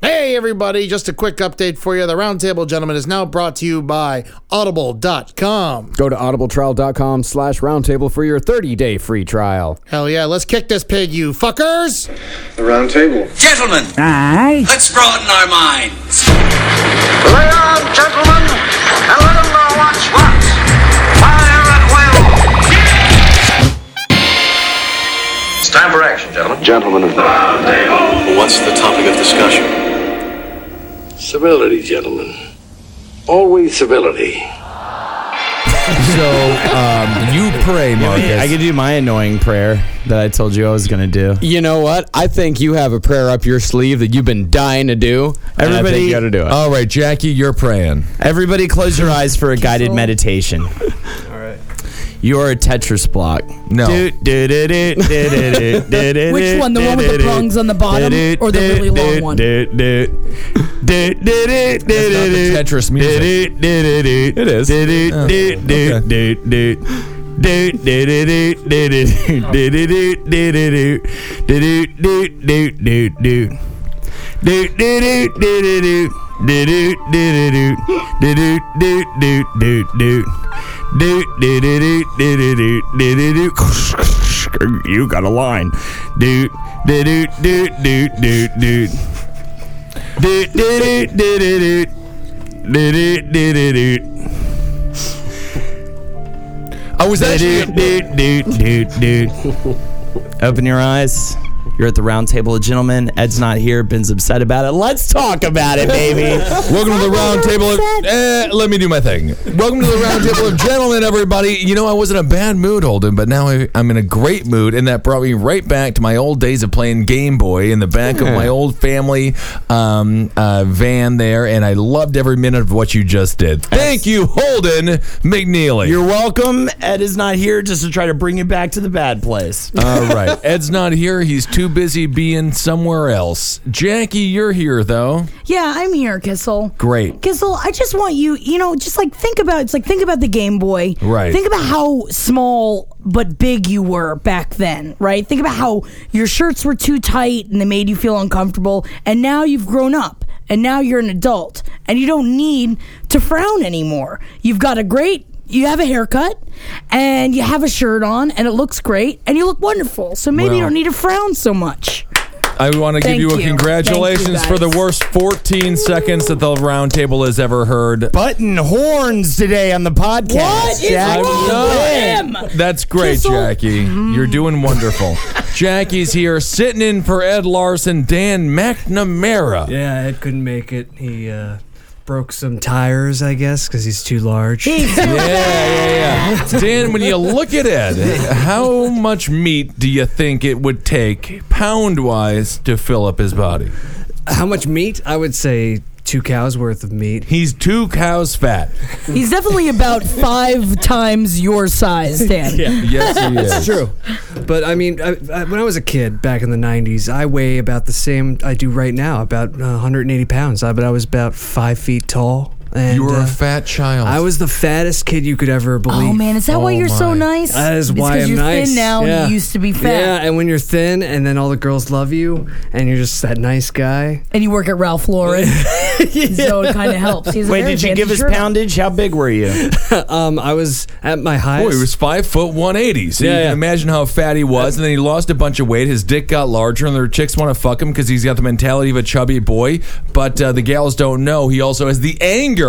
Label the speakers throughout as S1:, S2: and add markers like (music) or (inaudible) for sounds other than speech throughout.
S1: Hey, everybody, just a quick update for you. The Roundtable Gentleman is now brought to you by Audible.com.
S2: Go to audibletrial.com slash roundtable for your 30-day free trial.
S1: Hell yeah, let's kick this pig, you fuckers!
S3: The round table.
S4: Gentlemen, let's broaden our minds.
S5: Lay on, gentlemen, and let 'em know what's what. Fire at will. It's time for action, gentlemen.
S3: Gentlemen of the round table.
S6: What's the topic of discussion?
S7: Civility, gentlemen. Always civility.
S8: So um, you pray, Marcus.
S9: I could do my annoying prayer that I told you I was gonna do.
S2: You know what? I think you have a prayer up your sleeve that you've been dying to do.
S9: I
S2: Everybody,
S9: think you gotta do it.
S8: All right, Jackie, you're praying.
S9: Everybody, close your eyes for a guided meditation. All right. You are a Tetris block.
S8: No.
S10: Which (laughs)
S9: Which
S10: one? The one with the prongs on the bottom or the really long one?
S8: That's not the Tetris music.
S9: It
S8: is. Oh,
S9: is. (laughs) You got a line.
S8: I was actually.
S9: Open your eyes. You're at the round table of gentlemen. Ed's not here. Ben's upset about it. Let's talk about it,
S2: (laughs)
S9: baby.
S8: Welcome to the round table. Of, eh, let me do my thing. Welcome to the round table of gentlemen, everybody. You know, I was in a bad mood, Holden, but now I, I'm in a great mood, and that brought me right back to my old days of playing Game Boy in the back of my old family um, uh, van there, and I loved every minute of what you just did. Thank you, Holden McNeely.
S9: You're welcome. Ed is not here just to try to bring you back to the bad place.
S8: (laughs) All right. Ed's not here. He's too busy being somewhere else. Jackie, you're here, though.
S10: Yeah, I'm here, Kissel.
S8: Great.
S10: Kissel, I just want you, you know, just like think about it's like think about the Game Boy.
S8: Right.
S10: Think about how small but big you were back then, right? Think about how your shirts were too tight and they made you feel uncomfortable, and now you've grown up and now you're an adult and you don't need to frown anymore. You've got a great you have a haircut and you have a shirt on and it looks great and you look wonderful. So maybe
S8: Well-
S10: you don't need to frown so much.
S8: I want to give
S10: Thank
S8: you
S10: you.
S8: a
S10: Thank you,
S8: congratulations for the
S10: guys.
S8: worst 14 seconds that the round table has ever heard.
S9: Button horns today on the podcast.
S10: What is
S9: Jackie.
S10: wrong with him? Mm-hmm.
S8: That's great,
S10: Kissel.
S8: Jackie. You're doing
S10: (laughs)
S8: wonderful. Jackie's here, sitting in for Ed Larson, Dan McNamara.
S11: Yeah, Ed couldn't make it. He uh, broke some tires, I guess, because he's too large.
S8: Yeah, yeah, yeah. Dan, when you look at Ed, how much meat do you think it would take, pound wise, to fill up his body?
S11: How much meat? I would say two cows worth of meat.
S8: He's two cows fat.
S10: He's definitely about
S11: (laughs)
S10: five times your size, Dan.
S8: Yes, he is.
S11: True, but I mean, I, I, when I was a kid back in the '90s, I weigh about the same I do right now, about uh, 180 pounds. I, but I was about five feet tall, and
S8: You were
S11: uh,
S8: a fat child.
S11: I was the fattest kid you could ever believe.
S10: Oh man, is that why
S8: Oh,
S10: you're so
S8: my.
S10: nice?
S11: That is
S10: It's
S11: why
S10: 'cause
S11: I'm
S10: you're
S11: nice.
S10: thin now.
S11: Yeah.
S10: and You used to be fat,
S11: Yeah, and when you're thin, and then all the girls love you, and you're just that nice guy.
S10: and you work at Ralph
S11: (laughs)
S10: Lauren, so it kind of helps. He's a
S9: Wait,
S10: very
S9: did you
S10: fancy
S9: give us
S10: shirt on.
S9: poundage? How big were you?
S11: Um, I was at my
S8: Boy,
S11: highest.
S8: he was five foot one eighty. So you
S11: Yeah,
S8: can
S11: yeah.
S8: imagine how fat he was, and then he lost a bunch of weight. His dick got larger, and their chicks want to fuck him because he's got the mentality of a chubby boy. But uh, the gals don't know he also has the anger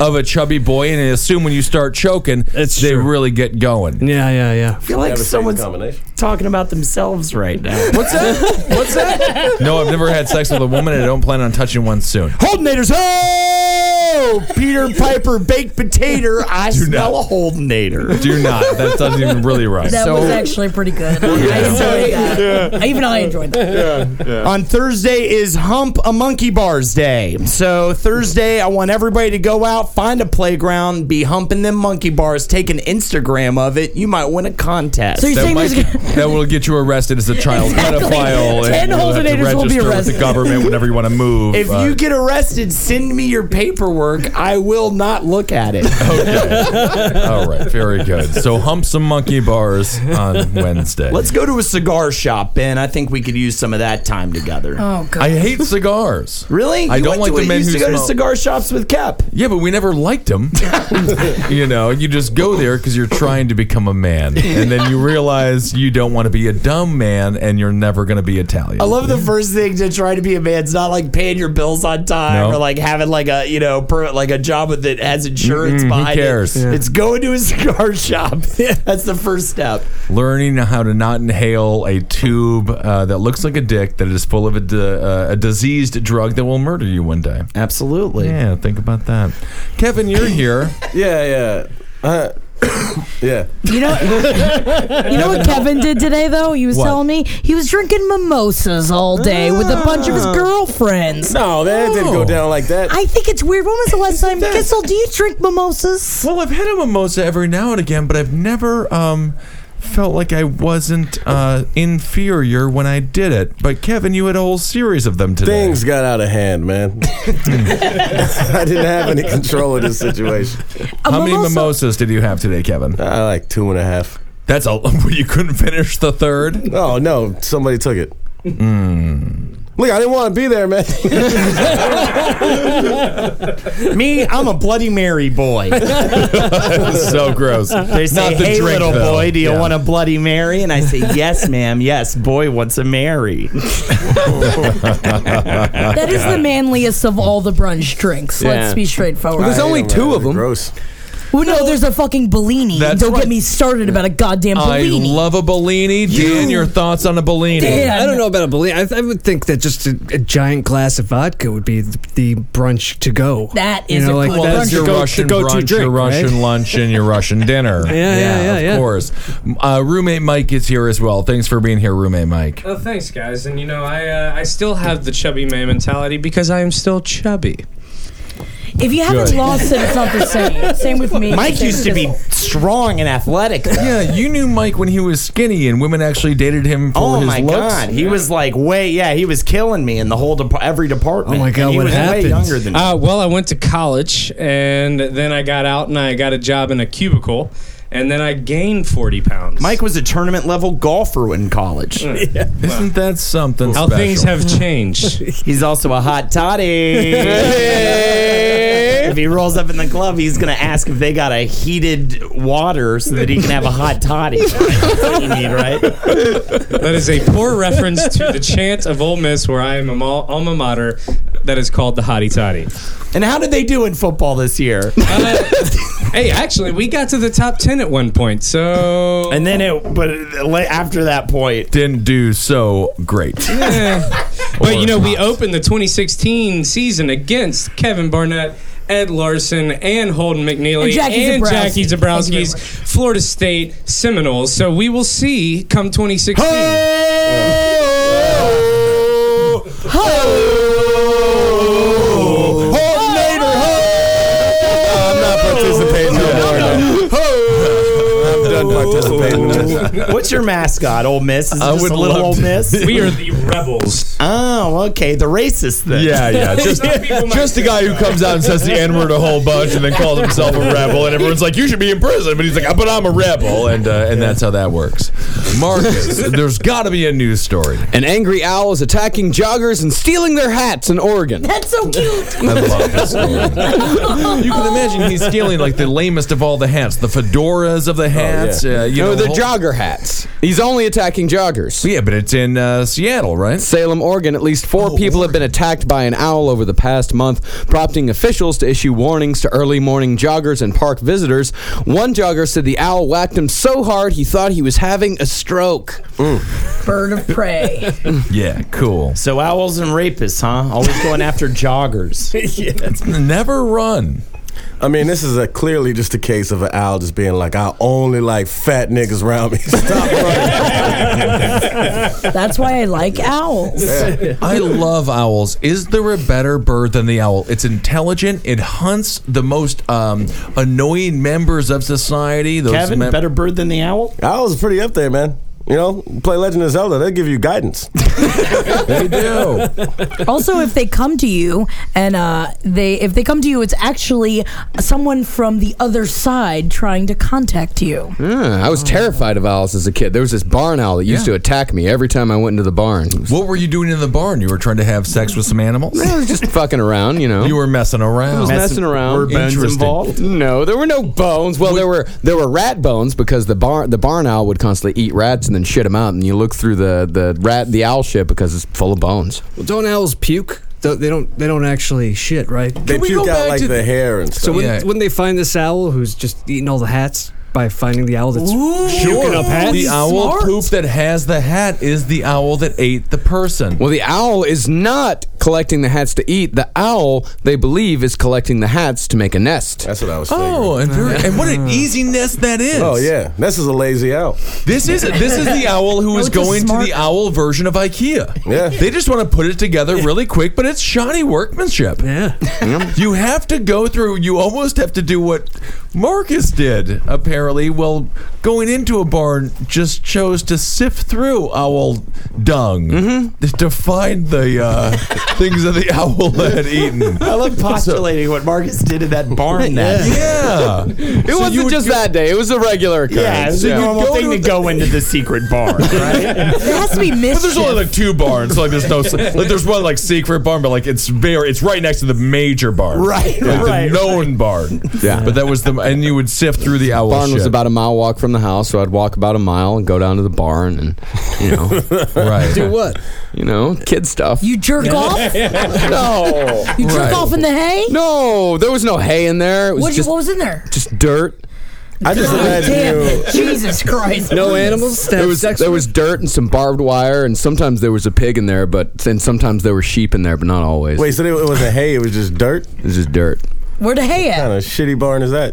S8: of a chubby boy, and they assume when you start choking,
S11: That's
S8: they
S11: true.
S8: really get going.
S11: yeah, yeah,
S9: (laughs)
S11: yeah.
S9: I feel like someone's talking about themselves right now.
S8: What's that? What's that?
S11: (laughs)
S8: no, I've never had sex with a woman, and I don't plan on touching one
S9: (laughs)
S8: soon.
S9: Holdenators, ho! Peter Piper baked potato. I smell a Holdenator.
S8: Do not. That doesn't even really rhyme.
S10: That
S9: So-
S10: was actually pretty good. I enjoyed that. Even I enjoyed that.
S9: On Thursday is Hump a Monkey Bars Day. So Thursday, I want everybody to go out, find a playground, be humping them monkey bars, take an Instagram of it. You might win a contest.
S10: So you're
S8: that,
S10: saying
S8: might,
S10: there's
S8: (laughs)
S10: gonna-
S8: that will get you arrested as a child
S10: Exactly.
S8: pedophile.
S10: Ten
S8: and you'll have to
S10: Holdenators will be
S8: register with
S10: arrested.
S8: the government whenever you want to move.
S9: if
S8: uh,
S9: you get arrested, send me your
S12: paperwork, I will not look
S8: (laughs)
S12: at it.
S8: All right, very good. So hump some monkey bars on Wednesday.
S12: Let's go to a cigar shop, Ben. I think we could use some of that time together.
S10: Oh, God.
S8: I hate cigars.
S12: Really?
S8: Uh, I
S12: You
S8: don't like
S12: went to
S8: the
S12: a-
S8: men
S12: you used
S8: who
S12: to go to
S8: smoke.
S12: cigar shops with Cap.
S8: Yeah, but we never liked them. (laughs) you know, you just go there because you're trying to become a man, and then you realize you don't want to be a dumb man, and you're never going to be Italian.
S12: I love the first thing to try to be a man's not like paying your bills on time
S8: No.
S12: or like having like a you know per, like a job with that has insurance
S8: Mm-mm, who
S12: behind
S8: cares?
S12: it.
S8: Yeah.
S12: It's going to a (laughs) cigar shop. That's the first step.
S8: learning how to not inhale a tube uh, that looks like a dick that is full of a, di- uh, a diseased drug that will murder you one day.
S12: Absolutely.
S8: Yeah, think about that. Kevin, you're here.
S13: Yeah, (laughs) yeah. Uh, (coughs) yeah.
S10: You know, you know what Kevin did today, though? He was
S13: What?
S10: telling me he was drinking mimosas all day with a bunch of his girlfriends.
S13: No, that Oh, didn't go down like that.
S10: I think it's weird. When was the last time, Kissel? Do you drink mimosas?
S8: well, I've had a mimosa every now and again, but I've never um, felt like I wasn't uh, inferior when I did it. But Kevin, you had a whole series of them today.
S13: Things got out of hand, man. (laughs) I didn't have any control of this situation.
S8: How many mimosas did you have today, Kevin?
S13: I like two and a half.
S8: That's (laughs) a. You couldn't finish the third.
S13: Oh no, somebody took it. Look, I didn't want to be there, man.
S12: Me, I'm a Bloody Mary boy.
S8: so gross.
S12: (laughs) They
S8: Not
S12: say,
S8: the
S12: "Hey,
S8: drink,
S12: little
S8: though."
S12: boy, do you
S8: Yeah.
S12: want a Bloody Mary?" And I (laughs) say, "Yes, ma'am. Yes, boy wants a Mary."
S10: That is the manliest of all the brunch drinks. Let's
S13: Yeah.
S10: be straightforward.
S13: There's
S2: only two of 'em.
S13: Gross.
S10: Well, no, there's a fucking Bellini.
S8: That's
S10: Don't
S8: right.
S10: get me started about a goddamn
S8: I
S10: Bellini.
S8: love a Bellini. Dan, your thoughts on a Bellini?
S10: Dan.
S11: I don't know about a Bellini. I, I would think that just a, a giant glass of vodka would be the, the brunch to go.
S10: That
S11: You
S10: is
S11: know,
S10: a
S11: like
S10: good
S8: Well,
S10: brunch.
S8: that's your
S11: go- the
S8: Russian
S11: go-to
S8: brunch, your
S11: drink,
S8: Russian
S11: right?
S8: lunch, and
S11: (laughs)
S8: your Russian dinner.
S11: yeah, yeah,
S8: of
S11: yeah.
S8: course. Uh, roommate Mike is here as well. Thanks for being here, roommate Mike.
S14: Oh, thanks, guys. And you know, I uh, I still have the chubby man mentality because I am still chubby.
S10: if you haven't
S8: Good.
S10: lost it, it's not the same. Same with me.
S12: Mike
S10: Same
S12: used to
S10: with
S12: be
S10: Kissel.
S12: strong and athletic. though.
S8: Yeah, you knew Mike when he was skinny, and women actually dated him for
S12: Oh
S8: his
S12: my
S8: looks.
S12: god, he was like way yeah, he was killing me in the whole dep every department.
S11: Oh my God,
S12: And he
S11: what
S12: was
S11: happened?
S12: Way younger than me.
S14: Uh, well, I went to college, and then I got out and I got a job in a cubicle, and then I gained forty pounds.
S12: Mike was a tournament level golfer in college.
S8: Isn't that something?
S14: how
S8: special?
S14: things have changed.
S12: He's also a hot toddy. if he rolls up in the club, he's gonna ask if they got a heated water so that he can have a hot toddy. That's what you need, right?
S14: that is a poor reference to the chant of Ole Miss, where I am a mal- alma mater, that is called the Hottie Toddy.
S12: And how did they do in football this year?
S14: Uh, hey, actually, we got to the top ten at one point, so
S12: And then it, but after that point,
S8: didn't do so great. (laughs)
S14: But you know, we opened the 2016 season against Kevin Barnett, Ed Larson, and Holden McNeely,
S10: And Jackie Zabrowski.
S14: Jackie
S10: Thank you very
S14: Zabrowski's
S10: much.
S14: Florida State Seminoles. So we will see come 2016.
S13: I'm not participating no more. man. I'm done participating in this.
S12: what's your mascot? Ole Miss? Is it
S8: I
S12: just
S8: would
S12: a little
S8: love
S12: Ole
S13: (laughs)
S8: to- (laughs)
S12: Miss?
S14: We are the rebels.
S12: oh, okay, the racist thing.
S8: Yeah,
S14: (laughs)
S8: yeah. Just,
S14: Some people might
S8: just the guy who comes out and says the N word a whole bunch and then
S14: (laughs)
S8: calls himself a rebel, and everyone's like, you should be in prison. But he's like, but I'm a rebel. And, uh, and that's how that works. Marcus,
S14: (laughs)
S8: there's got to be a news story.
S2: An angry owl is attacking joggers and stealing their hats in Oregon.
S10: That's so cute.
S8: I love (laughs) this story. You can imagine he's stealing like the lamest of all the hats, the fedoras of the hats. uh, you
S2: Oh, no,
S8: know,
S2: the
S8: whole-
S2: jogger hats. He's only attacking joggers.
S8: Yeah, but it's in uh, Seattle, right? Oh,
S2: Salem, Oregon, at least four people have been attacked by an owl over the past month, prompting officials to issue warnings to early morning joggers and park visitors. One jogger said the owl whacked him so hard he thought he was having a stroke.
S10: Bird of prey.
S8: Yeah, cool.
S12: So owls and rapists, huh? Always going after joggers.
S8: Never run.
S13: I mean, this is a clearly just a case of an owl just being like, I only like fat niggas around me. (laughs) Stop
S10: That's why I like owls.
S8: I love owls. Is there a better bird than the owl? It's intelligent. It hunts the most um, annoying members of society. Those
S12: Kevin,
S8: mem-
S12: better bird than the owl?
S13: Owls are pretty up there, man. You know, play Legend of Zelda. They'll give you guidance.
S12: (laughs)
S13: they do.
S10: also, if they come to you and uh, they if they come to you, it's actually someone from the other side trying to contact you.
S2: Yeah, I was terrified of owls as a kid. There was this barn owl that used to attack me every time I went into the barn.
S8: What were you doing in the barn? You were trying to have sex with
S2: (laughs)
S8: some animals?
S2: I was just fucking around, you know.
S8: You were messing around.
S2: I was messing, around. Interesting. No, there were no bones. Well, there were there were rat bones because the barn the barn owl would constantly eat rats and then shit them out. And you look through the the rat the owl shit because it's full of bones.
S11: Well, don't owls puke? Don't- they don't. They don't actually shit, right?
S13: They Can we puke go out, back like, to- the hair and
S11: So
S13: stuff.
S11: wouldn't,
S13: Yeah.
S11: wouldn't they find this owl who's just eating all the hats by finding the owl that's puking up hats?
S8: The owl poop that has the hat is the owl that ate the person.
S2: Well, the owl is not collecting the hats to eat. The owl they believe is collecting the hats to make a nest.
S13: That's what I was
S8: Oh, and, very,
S2: (laughs)
S8: and what an easy nest that is.
S13: Oh yeah, this is a lazy owl.
S8: This is this is the owl
S13: (laughs)
S8: who
S13: No,
S8: is
S13: it's a
S8: going to
S13: smart-
S8: the owl version of IKEA.
S13: Yeah.
S8: They just want to put it together really quick, but it's shoddy workmanship.
S11: Yeah.
S8: you have to go through you almost have to do what Marcus did, apparently. Well, going into a barn just chose to sift through owl dung
S2: Mm-hmm.
S8: to find the
S2: (laughs)
S8: uh, things that the owl had eaten.
S9: I (laughs) love postulating what Marcus did in that (laughs) barn. That
S8: (laughs) Yeah.
S2: It wasn't just that day. It was a regular occurrence.
S9: Yeah, it's a normal thing to (laughs) go into the secret (laughs) barn, right?
S10: It has to be
S8: But there's
S10: mischief.
S8: only like two barns. Like there's no like there's one like secret barn, but like it's very it's right next to the major barn,
S9: Right,
S8: Like,
S9: right,
S8: the known barn.
S2: Yeah.
S8: but that was the and you would sift through the owl.
S2: barn was
S8: shit.
S2: about a mile walk from the house, so I'd walk about a mile and go down to the barn and, you know,
S8: right.
S2: do
S11: what?
S2: You know, kid stuff.
S10: You jerk off.
S2: (laughs) no,
S10: You jerk off in the hay.
S2: no, there was no hay in there. It was
S10: What
S2: just
S10: what was in there?
S2: just dirt.
S13: I just
S10: God
S13: imagine
S10: damn
S13: you.
S10: it. Jesus Christ. please.
S2: There was there was dirt and some barbed wire, and sometimes there was a pig in there, but and sometimes there were sheep in there, but not always.
S13: (laughs) Wait, so it wasn't hay; it was just dirt.
S2: it was just dirt.
S10: Where the hay
S13: What
S10: at?
S13: kind of shitty barn is that?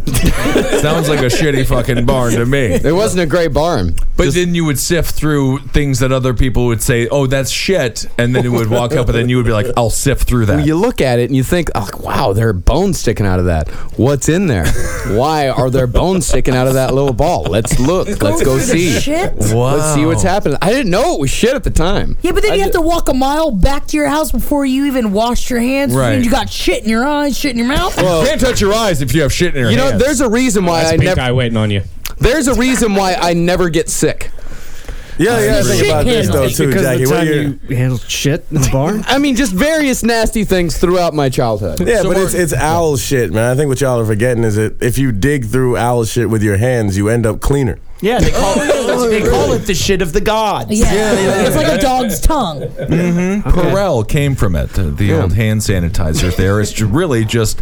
S8: Sounds like a shitty fucking barn to me.
S2: It wasn't a great barn.
S8: But then you would sift through things that other people would say, "Oh, that's shit," and then it would walk up, and then you would be like, "I'll sift through that."
S2: You look at it and you think, oh, wow, there are bones sticking out of that. What's in there? Why are there bones sticking out of that little
S10: (laughs)
S2: ball? Let's look. Let's go
S10: Going through the
S2: see.
S10: shit?
S2: Let's see what's happening. I didn't know it was shit at the time.
S10: Yeah, but then
S2: I
S10: you have
S2: di-
S10: to walk a mile back to your house before you even washed your hands. which means
S8: Right.
S10: You got shit in your eyes, shit in your mouth.
S8: You can't touch your eyes if you have shit in your
S2: You know,
S8: hands.
S2: there's a reason why
S14: That's
S2: I
S14: pink
S2: never.
S14: eye waiting on you.
S2: There's a reason why I never get sick.
S13: (laughs) Yeah, yeah. I think
S10: Shit
S13: about this though
S10: handling.
S13: too,
S11: because
S13: Jackie.
S11: of
S13: What
S11: the time
S13: year-
S11: you handled shit in the barn.
S2: I mean, just various nasty things throughout my childhood.
S13: Yeah,
S8: So
S13: but it's
S8: Mark-
S13: it's owl shit, man. I think what y'all are forgetting is that if you dig through owl shit with your hands, you end up cleaner.
S9: (laughs) Yeah, they (laughs) call it they call it the shit of the gods.
S10: Yeah. It's like a dog's tongue.
S8: Corel came from it. The the old hand sanitizer there is ju- really just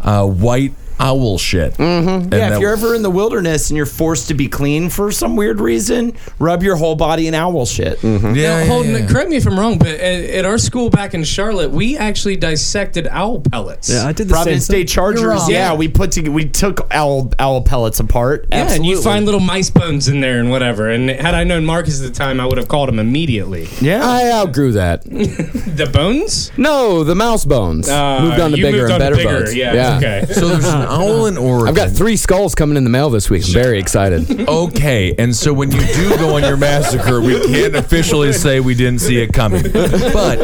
S8: uh, white owl shit. Mm-hmm. And
S9: yeah,
S8: that-
S9: if you're ever in the wilderness and you're forced to be clean for some weird reason, rub your whole body in owl shit.
S8: yeah, yeah,
S14: Holden,
S8: yeah.
S14: correct me if I'm wrong, but at, at our school back in Charlotte, we actually dissected owl pellets.
S11: Yeah, I did the
S9: Providence
S11: same. thing.
S9: State Chargers.
S10: wrong.
S9: Yeah, we put to, we took owl owl pellets apart.
S14: Yeah,
S9: Absolutely.
S14: and you find little mice bones in there and whatever. And had I known Marcus at the time, I would have called him immediately.
S9: yeah.
S2: I outgrew that.
S14: The bones?
S2: No, the mouse bones.
S14: Uh,
S2: moved on to
S14: you
S2: bigger
S14: moved
S2: and
S14: on
S2: better
S14: to bigger,
S2: bones.
S14: yeah, okay.
S8: So there's an owl in Oregon.
S2: I've got three skulls coming in the mail this week. I'm very excited.
S8: Okay, and so when you do go on your massacre, we can't officially say we didn't see it coming. But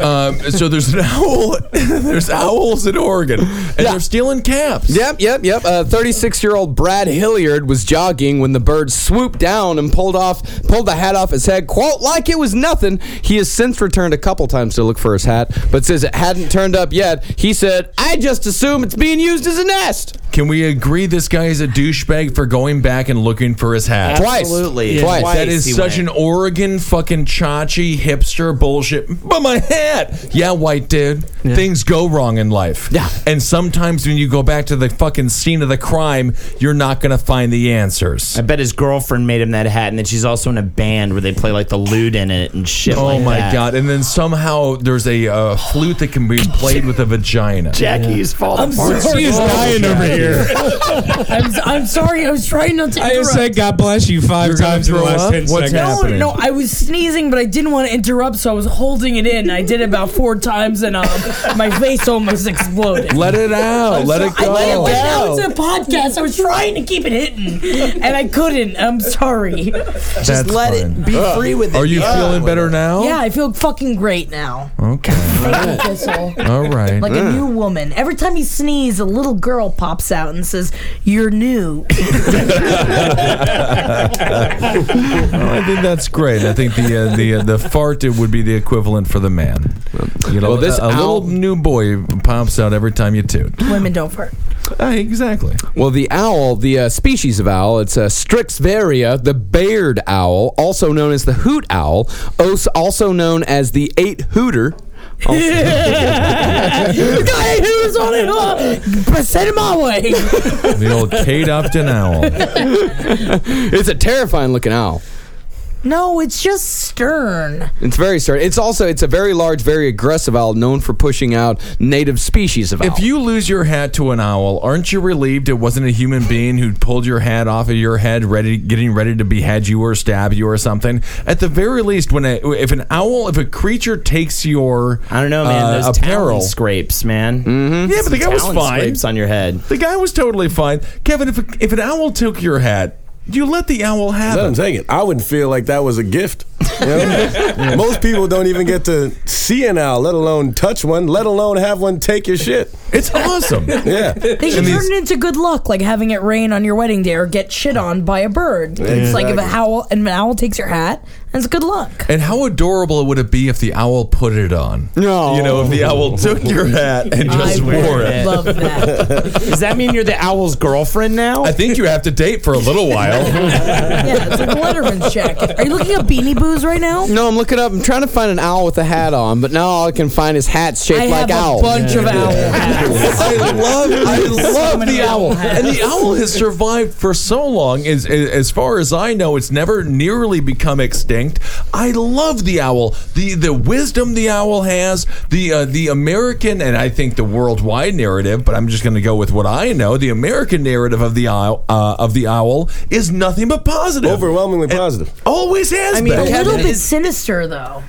S8: um, so there's an owl. (laughs) There's owls in Oregon, and they're stealing caps.
S2: Yep, yep, yep. Uh, 36-year-old Brad Hilliard was jogging when the bird swooped down and pulled off, pulled the hat off his head, quote, like it was nothing. He has since returned a couple times to look for his hat, but says it hadn't turned up yet. He said, "I just assume it's being used as a nest."
S8: Can we agree this guy is a douchebag for going back and looking for his hat?
S2: Twice.
S9: Absolutely.
S2: Yeah. Twice.
S8: That is
S9: he
S8: such
S9: went.
S8: an Oregon fucking chachi hipster bullshit. But my hat, yeah, white dude. Things go wrong in life.
S2: Yeah.
S8: and sometimes when you go back to the fucking scene of the crime, you're not gonna find the answers.
S9: I bet his girlfriend made him that hat, and then she's also in a band where they play like the lute in it and shit.
S8: Oh
S9: like
S8: my
S9: that.
S8: god! And then somehow
S10: (laughs)
S8: there's a uh, flute that can be played with a vagina.
S9: Jackie's falling apart.
S14: She is dying over here.
S1: here.
S10: I'm, I'm sorry. I was trying not to.
S14: I
S10: Interrupt.
S14: just said God bless you 5 times in the last ten seconds.
S10: No, no, I was sneezing, but I didn't want to interrupt, so I was holding it in. I did it about four times, and um, my face almost exploded.
S8: Let it out. Let it go.
S10: I can't let out to the podcast. I was trying to keep it hidden, and I couldn't. I'm sorry.
S8: Oh. That's fine. Are you feeling better now?
S10: Yeah, I feel fucking great now.
S8: Okay.
S10: Thank you, Kissel.
S8: All right.
S10: Like a new woman. Every time you sneeze, a little girl pops out and says, "You're new."
S8: Well, I think that's great. I think the uh, the uh, the fart it would be the equivalent for the man. You know,
S2: Well, this
S8: a, a little new boy pops out every time you toot.
S10: Women don't
S8: (laughs)
S10: fart.
S2: Uh,
S8: exactly.
S2: Well, the owl, the uh, species of owl, it's uh, Strixvaria, the bared owl, also known as the hoot owl, os- also known as the eight hooter.
S10: the guy who's on it, huh? But send him my way.
S8: The old Kate Upton
S2: (laughs)
S8: owl.
S2: it's a terrifying looking owl.
S10: No, it's just stern.
S2: It's very stern. It's also it's a very large, very aggressive owl known for pushing out native species of owl.
S8: If you lose your hat to an owl, aren't you relieved it wasn't a human being who pulled your hat off of your head, ready, getting ready to behead you or stab you or something? At the very least, when a, if an owl, if a creature takes your, I don't
S12: know, man. those
S8: Uh, apparel
S12: talon scrapes, man. Mm-hmm.
S8: Yeah, but the guy was fine.
S12: Scrapes on your head.
S8: The guy was totally fine. Kevin, if if an owl took your hat, you let the owl have
S13: Let
S8: it.
S13: him take it. I wouldn't feel like that was a gift. You know? (laughs) Most people don't even get to see an owl, let alone touch one, let alone have one take your shit.
S8: It's
S12: (laughs)
S8: awesome.
S13: yeah. (laughs)
S10: They should turn it into good luck, like having it rain on your wedding day or get shit on by a bird. It's like if
S8: Exactly.
S10: a owl and an owl takes your hat, and it's good luck.
S8: (laughs) And how adorable would it be if the owl put it on?
S2: No.
S8: You know, if the owl took your hat
S12: Oh.
S8: and just wore it.
S10: Love that.
S12: Does that mean you're the owl's girlfriend now?
S8: I think you have to date for a little
S12: (laughs)
S8: while.
S10: Yeah, it's like a Letterman's jacket. Are you looking up Beanie Boos right now?
S2: No, I'm looking up. I'm trying to find an owl with a hat on, but now all I can find is hats shaped
S10: I
S2: like
S10: have
S2: owl.
S10: a bunch of owl
S8: (laughs)
S10: hats.
S8: I
S10: (laughs)
S8: love, I love the owl,
S10: hats.
S8: and the owl has survived for so long. As as far as I know, it's never nearly become extinct. I love the owl. the The wisdom the owl has, the uh, the American, and I think the worldwide narrative. But I'm just going to go with what I know. The American narrative of the owl uh, of the owl is nothing but positive,
S13: overwhelmingly positive.
S8: always has
S10: I mean, a
S8: been.
S10: little bit sinister though.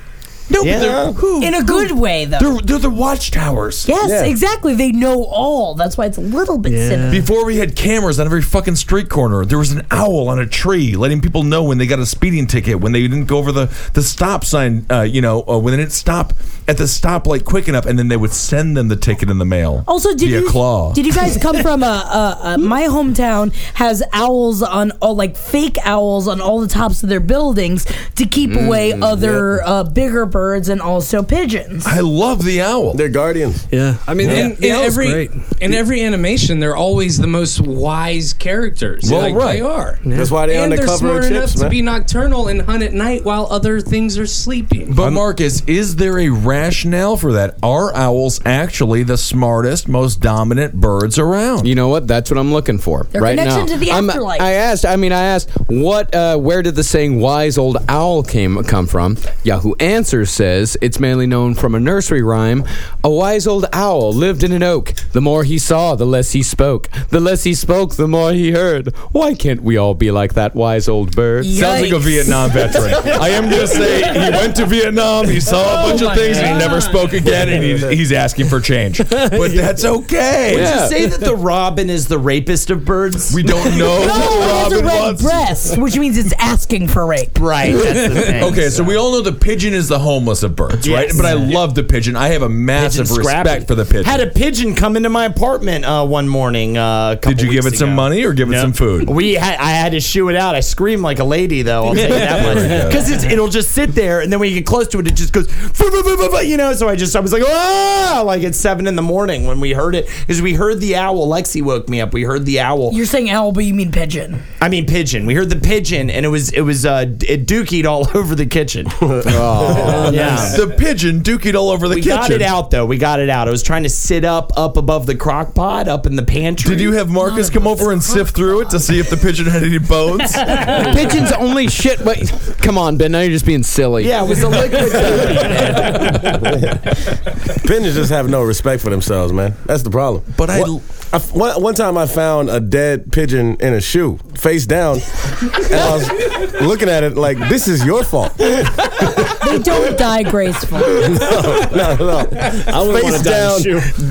S8: No, but they're, who,
S10: In a good way though.
S8: they're they're the watchtowers.
S10: yes, exactly. They know all. That's why it's a little bit sinister.
S8: Before we had cameras on every fucking street corner, there was an owl on a tree letting people know when they got a speeding ticket, when they didn't go over the, the stop sign, uh, you know, uh, when they didn't stop at the stoplight quick enough, and then they would send them the ticket in the mail.
S10: Also, did
S8: via
S10: you
S8: claw.
S10: did you guys come from a, a, a my hometown has owls on all like fake owls on all the tops of their buildings to keep away other uh, bigger birds and also
S8: (laughs)
S10: pigeons.
S8: I love the owl.
S13: They're guardians.
S11: Yeah.
S14: I mean, in, in every
S11: great.
S14: in every animation, they're always the most wise characters.
S13: Well,
S14: like,
S13: right.
S14: they are.
S13: Yeah. That's why they
S14: and
S13: on the
S14: they're
S13: cover of
S14: smart enough
S13: Chips,
S14: to
S13: man.
S14: be nocturnal and hunt at night while other things are sleeping.
S8: But Marcus, is there a rationale for that? Are owls actually the smartest, most dominant birds around?
S2: You know what? That's what I'm looking for
S10: Their
S2: right
S10: connection
S2: now.
S10: to the
S2: I'm-
S10: afterlife.
S2: I asked. I mean, I asked what, uh, where did the saying "wise old owl" came come from? Yahoo Answers says it's mainly known from a nursery rhyme. A wise old owl lived in an oak. The more he saw, the less he spoke. The less he spoke, the more he heard. Why can't we all be like that wise old bird?
S8: Sounds like a Vietnam veteran. I am going to say he went to Vietnam, he saw a bunch
S12: Oh
S8: of things, and he never spoke again, and he's, he's asking for change. But that's okay.
S12: Would you say that the robin is the rapist of birds?
S8: We don't know.
S10: No, it has a red breast, which means it's asking for rape.
S12: (laughs) Right. That's the thing.
S8: (laughs) okay, so we all know the pigeon is the homeless of birds, right?
S12: Yes.
S8: But I love the pigeon. I have a massive
S12: Pigeon Scrappy.
S8: respect for the pigeon.
S12: Had a pigeon come into my apartment uh, one morning. Uh, a couple
S8: Did you give
S12: weeks
S8: it some
S12: ago.
S8: money or give it
S12: No.
S8: some food?
S12: We had, I had to shoo it out. I screamed like a lady though. I'll tell you
S8: There
S12: that
S8: (laughs) we
S12: much
S8: go.
S12: because it'll just sit there, and then when you get close to it, it just goes, "Fu- fu- fu- fu- fu," you know. So I just I was like, ah, like at seven in the morning when we heard it because we heard the owl. Lexi woke me up. We heard the owl.
S10: You're saying owl, but you mean pigeon.
S12: I mean pigeon. We heard the pigeon, and it was it was uh, d- it dookied all (laughs) over
S8: (laughs)
S12: the kitchen. yeah.
S8: Oh, The pigeon dukied all over the
S12: We
S8: kitchen.
S12: got it out though. We got it out. I was trying to sit up, up above the crock pot, up in the pantry.
S8: Did you have Marcus come over and sift through it to see if the pigeon had any
S12: (laughs)
S8: bones?
S2: Pigeons only shit. But come on, Ben. Now you're just being silly.
S12: Yeah, it was a liquid.
S8: (laughs)
S13: Pigeons just have no respect for themselves, man. That's the problem.
S8: But I- (laughs)
S13: What- I f- one, one time I found a dead pigeon in a shoe, face down, and I was looking at it like, "This is your fault." (laughs)
S10: They don't die graceful.
S13: No, no, face down,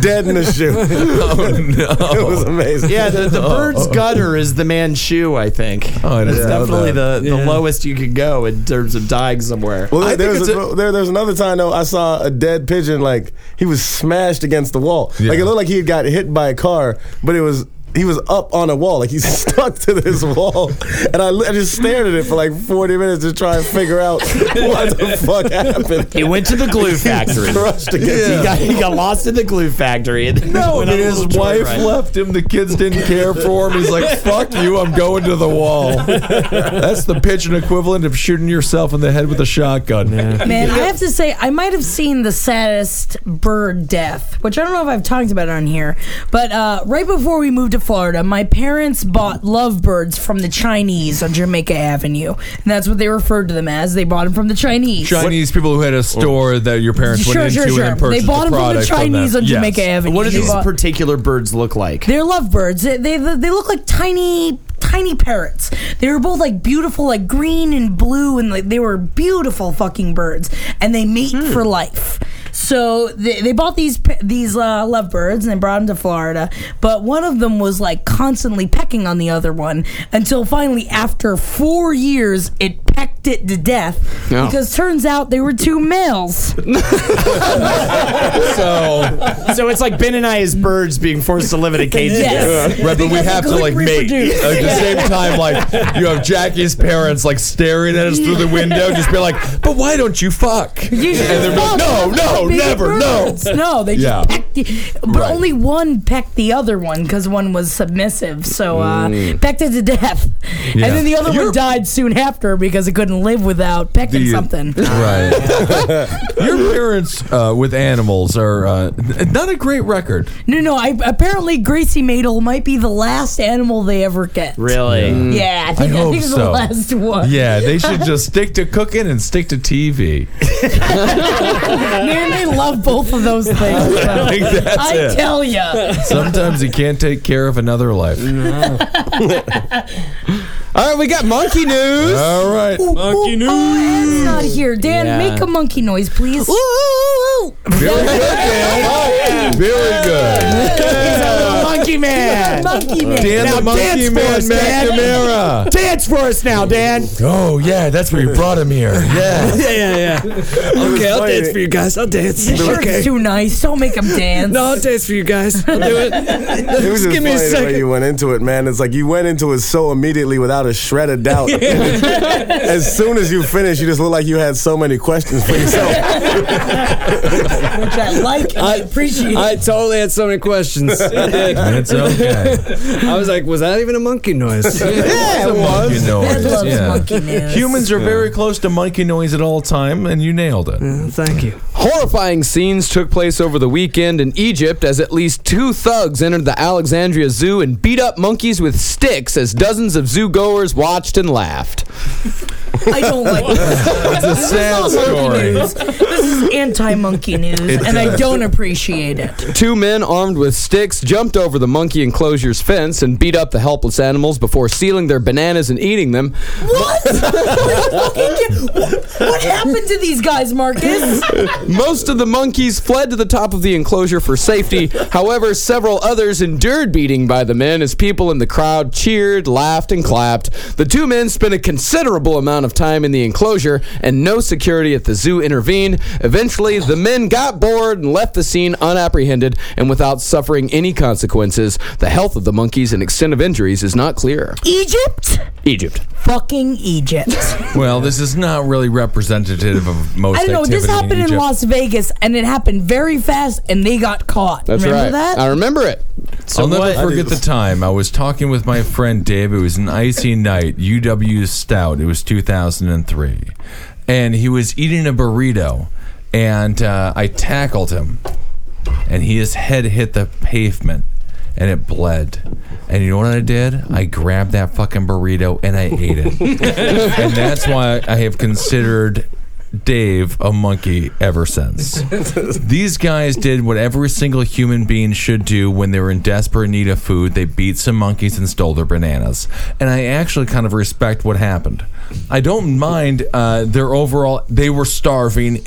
S13: dead in a shoe. (laughs)
S8: Oh,
S13: It was amazing.
S12: Oh. Yeah, the, the bird's gutter is the man's shoe, I think. Oh,
S13: didn't
S12: That's
S13: know
S12: definitely
S13: that.
S12: the, the
S13: Yeah.
S12: lowest you could go in terms of dying somewhere.
S13: Well,
S12: I
S13: there
S12: think
S13: was,
S12: it's
S13: a, there, there was another time though I saw a dead pigeon like he was smashed against the wall. Like it looked like he had got hit by a car, but it was he was up on a wall like he's (laughs) stuck to this wall. And I, li- I just stared at it for like forty minutes to try and figure out (laughs) what the fuck happened.
S12: He went to the (laughs) glue factory.
S13: crushed
S8: (laughs)
S13: against
S12: He, got, he got lost in the glue factory. (laughs) And then
S8: No,
S12: went
S8: and
S12: on a
S8: his
S12: little
S8: wife
S12: joyride.
S8: left him. The kids didn't care for him. He's
S12: (laughs)
S8: like, "Fuck you! I'm going to the wall." That's the pigeon equivalent of shooting yourself in the head with a shotgun.
S10: Man, I have to say, I might have seen the saddest bird death, which I don't know if I've talked about on here. But uh, right before we moved to Florida, my parents bought lovebirds from the Chinese on Jamaica Avenue, and that's what they referred to them as. They bought them from the Chinese.
S8: Chinese people who had a store that your parents
S10: Sure,
S8: went
S10: sure,
S8: into
S10: sure.
S8: and
S10: They
S8: purchased
S10: bought
S8: the
S10: them from the
S8: product
S10: Chinese
S8: them.
S10: on Jamaica Avenue.
S12: What do
S10: You
S12: these
S10: bought-
S12: particular birds look like?
S10: They're lovebirds. They, they they look like tiny tiny parrots. They were both like beautiful, like green and blue, and like they were beautiful fucking birds. And they mate for life. So they, they bought these p- these uh, lovebirds and they brought them to Florida. But one of them was like constantly pecking on the other one until finally, after four years, it pecked it to death
S5: No.
S10: because turns out they were two males. (laughs)
S12: So, (laughs) so it's like Ben and I as birds being forced to live in a (laughs) cage
S10: Yes.
S12: together.
S8: Right, but we have to like mate at the same time. Like you have Jackie's parents like staring at us through the window, just be like, "But why don't you fuck?"
S10: You should
S8: and they're
S10: just
S8: like, "No,
S10: fuck
S8: no,
S10: big
S8: never, no,
S10: birds. (laughs) No, they just
S8: Yeah.
S10: pecked the, but
S8: Right.
S10: only one pecked the other one because one was submissive, so uh,
S8: Mm.
S10: pecked it to death,
S8: Yeah.
S10: and then the other one died soon after because it couldn't live without pecking
S8: The- (laughs)
S10: something.
S8: Right. (laughs) Your parents uh, with animals are uh, not a great record.
S10: No, no. I, apparently, Gracie Madel might be the last animal they ever get.
S8: Really?
S10: Yeah, I think, I think it's the last one.
S8: Yeah, they should just stick to cooking and stick to TV.
S10: (laughs) Man, they love both of
S8: (laughs)
S10: those things.
S8: I think that's
S10: I
S8: it.
S10: tell ya.
S8: Sometimes you can't take care of another life. (laughs)
S2: All right, we got monkey news.
S8: All right.
S10: Monkey news. Oh, Ed's not here. Dan,
S2: Yeah.
S10: make a monkey noise, please.
S8: Very good, Dan. Very good.
S12: Monkey man.
S10: monkey
S8: man. Dan the Monkey Man (laughs) McNamara.
S12: Dance for us now, Dan.
S8: Oh yeah, that's where you brought him here. Yeah.
S11: yeah, yeah, yeah. Okay, I'll dance for you guys. I'll dance.
S10: The shirt's
S11: okay.
S10: too nice. Don't make him dance.
S11: No, I'll dance for you
S12: (laughs)
S11: guys. I'll do it.
S13: It was
S11: (laughs) Just
S13: just
S11: give me a
S13: funny the way
S11: second.
S13: you went into it, man. It's like you went into it so immediately without a shred of
S11: (laughs)
S13: doubt. as soon as you finished, you just looked like you had so many questions for yourself.
S10: Which I like. and I appreciate.
S11: I totally had so many questions.
S12: (laughs)
S8: It's (laughs) okay.
S11: I was like, was that even a monkey
S12: (laughs)
S11: noise? yeah,
S8: it was.
S11: Ed loves
S10: monkey news.
S8: Humans are
S11: Yeah.
S8: very close to monkey noise at all time, and you nailed it.
S11: Thank you.
S2: Horrifying scenes took place over the weekend in Egypt as at least two thugs entered the Alexandria Zoo and beat up monkeys with sticks as dozens of zoo goers watched and laughed.
S10: I don't like this.
S8: It's a sad
S10: This is all monkey
S8: story.
S10: news. This is anti-monkey news,
S2: It
S10: and I
S2: does.
S10: don't appreciate it.
S2: Two men armed with sticks jumped over the monkey enclosure's fence and beat up the helpless animals before stealing their bananas and eating them.
S10: What? what happened to these guys, Marcus?
S2: Most of the monkeys fled to the top of the enclosure for safety. However, several others endured beating by the men as people in the crowd cheered, laughed, and clapped. The two men spent a considerable amount of time in the enclosure, and no security at the zoo intervened. Eventually, the men got bored and left the scene unapprehended and without suffering any consequences. The health of the monkeys and extent of injuries is not clear.
S10: Egypt,
S2: Egypt.
S10: fucking Egypt.
S8: Well, this is not really representative of most.
S10: I don't know. This
S8: activity
S10: happened in
S8: Egypt.
S10: Las Vegas, and it happened very fast, and they got caught.
S8: That's
S10: remember
S8: right.
S10: That?
S2: I remember it.
S8: I'll never
S2: what-
S8: forget the time I was talking with my friend Dave. It was an icy night, UW Stout. It was 2003. And he was eating a burrito, and uh, I tackled him, and he, his head hit the pavement, and it bled. And you know what I did? I
S10: (laughs)
S8: grabbed that fucking burrito and I ate it. and that's why I have considered Dave a monkey ever since. (laughs) These guys did what every single human being should do when they were in desperate need of food. They beat some monkeys and stole their bananas. And I actually kind of respect what happened. I don't mind uh, their overall. They were starving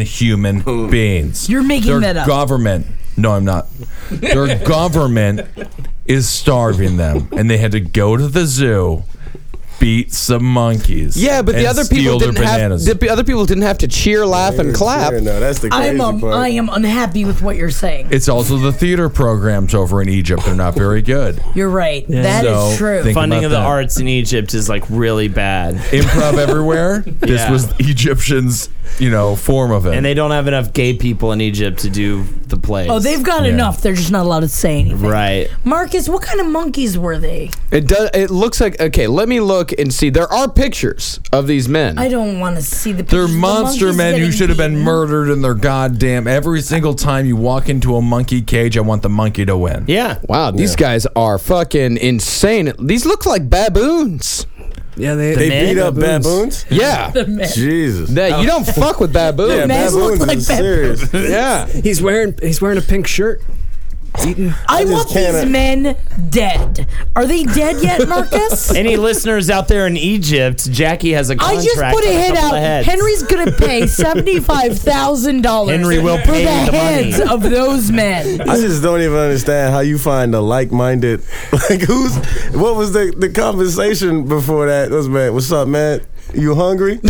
S2: (laughs)
S8: human beings.
S10: You're making
S8: Their
S10: that up.
S8: Government. No, I'm not.
S10: (laughs)
S8: Their government is starving them, and they had to go to the zoo, beat some monkeys.
S2: Yeah, but the
S8: and
S2: other
S8: steal
S2: people
S8: their
S2: didn't have
S8: bananas.
S2: the other people didn't have to cheer, laugh, and clap.
S13: no, that's the
S10: I'm um, I am unhappy with what you're saying.
S8: It's also the theater programs over in Egypt. They're not very good.
S10: You're right. That is
S8: So,
S10: true.
S8: think
S12: Funding
S8: about
S12: of the
S8: that.
S12: arts in Egypt is like really bad.
S8: Improv everywhere. This
S12: Yeah.
S8: was Egyptians, you know, form of it.
S12: And they don't have enough gay people in Egypt to do the play.
S10: Oh, they've got enough. They're just not allowed to say anything.
S12: Right.
S10: Marcus, what kind of monkeys were they?
S2: It does. It looks like okay. Let me look and see. There are pictures of these men.
S10: I don't want to see the.
S8: They're
S10: pictures. The
S8: monster
S10: monkeys
S8: men who
S10: getting
S8: should have been
S10: beaten.
S8: murdered in their goddamn. Every single time you walk into a monkey cage, I want the monkey to win.
S12: Yeah.
S2: Wow, these guys are fucking insane. These look like baboons.
S11: Yeah, they,
S13: They beat up baboons?
S2: Yeah.
S10: The men.
S13: Jesus.
S2: That, you don't fuck with baboons.
S13: Yeah, baboons is serious.
S2: Yeah.
S11: He's wearing he's wearing a pink shirt. Eating.
S10: I, want these men dead. Are they dead yet, Marcus?
S12: Any listeners out there in Egypt, Jackie has a
S10: I
S12: contract.
S10: just put a
S12: on
S10: hit
S12: couple
S10: out.
S12: of heads.
S10: Henry's gonna pay seventy five thousand dollars.
S12: Henry will
S10: for
S12: pay
S10: the
S12: the money.
S10: heads of those men.
S13: I just don't even understand how you find a like-minded. (laughs) Like who's? What was the the conversation before that? Those man, what's up, man? You
S11: (laughs)
S13: hungry?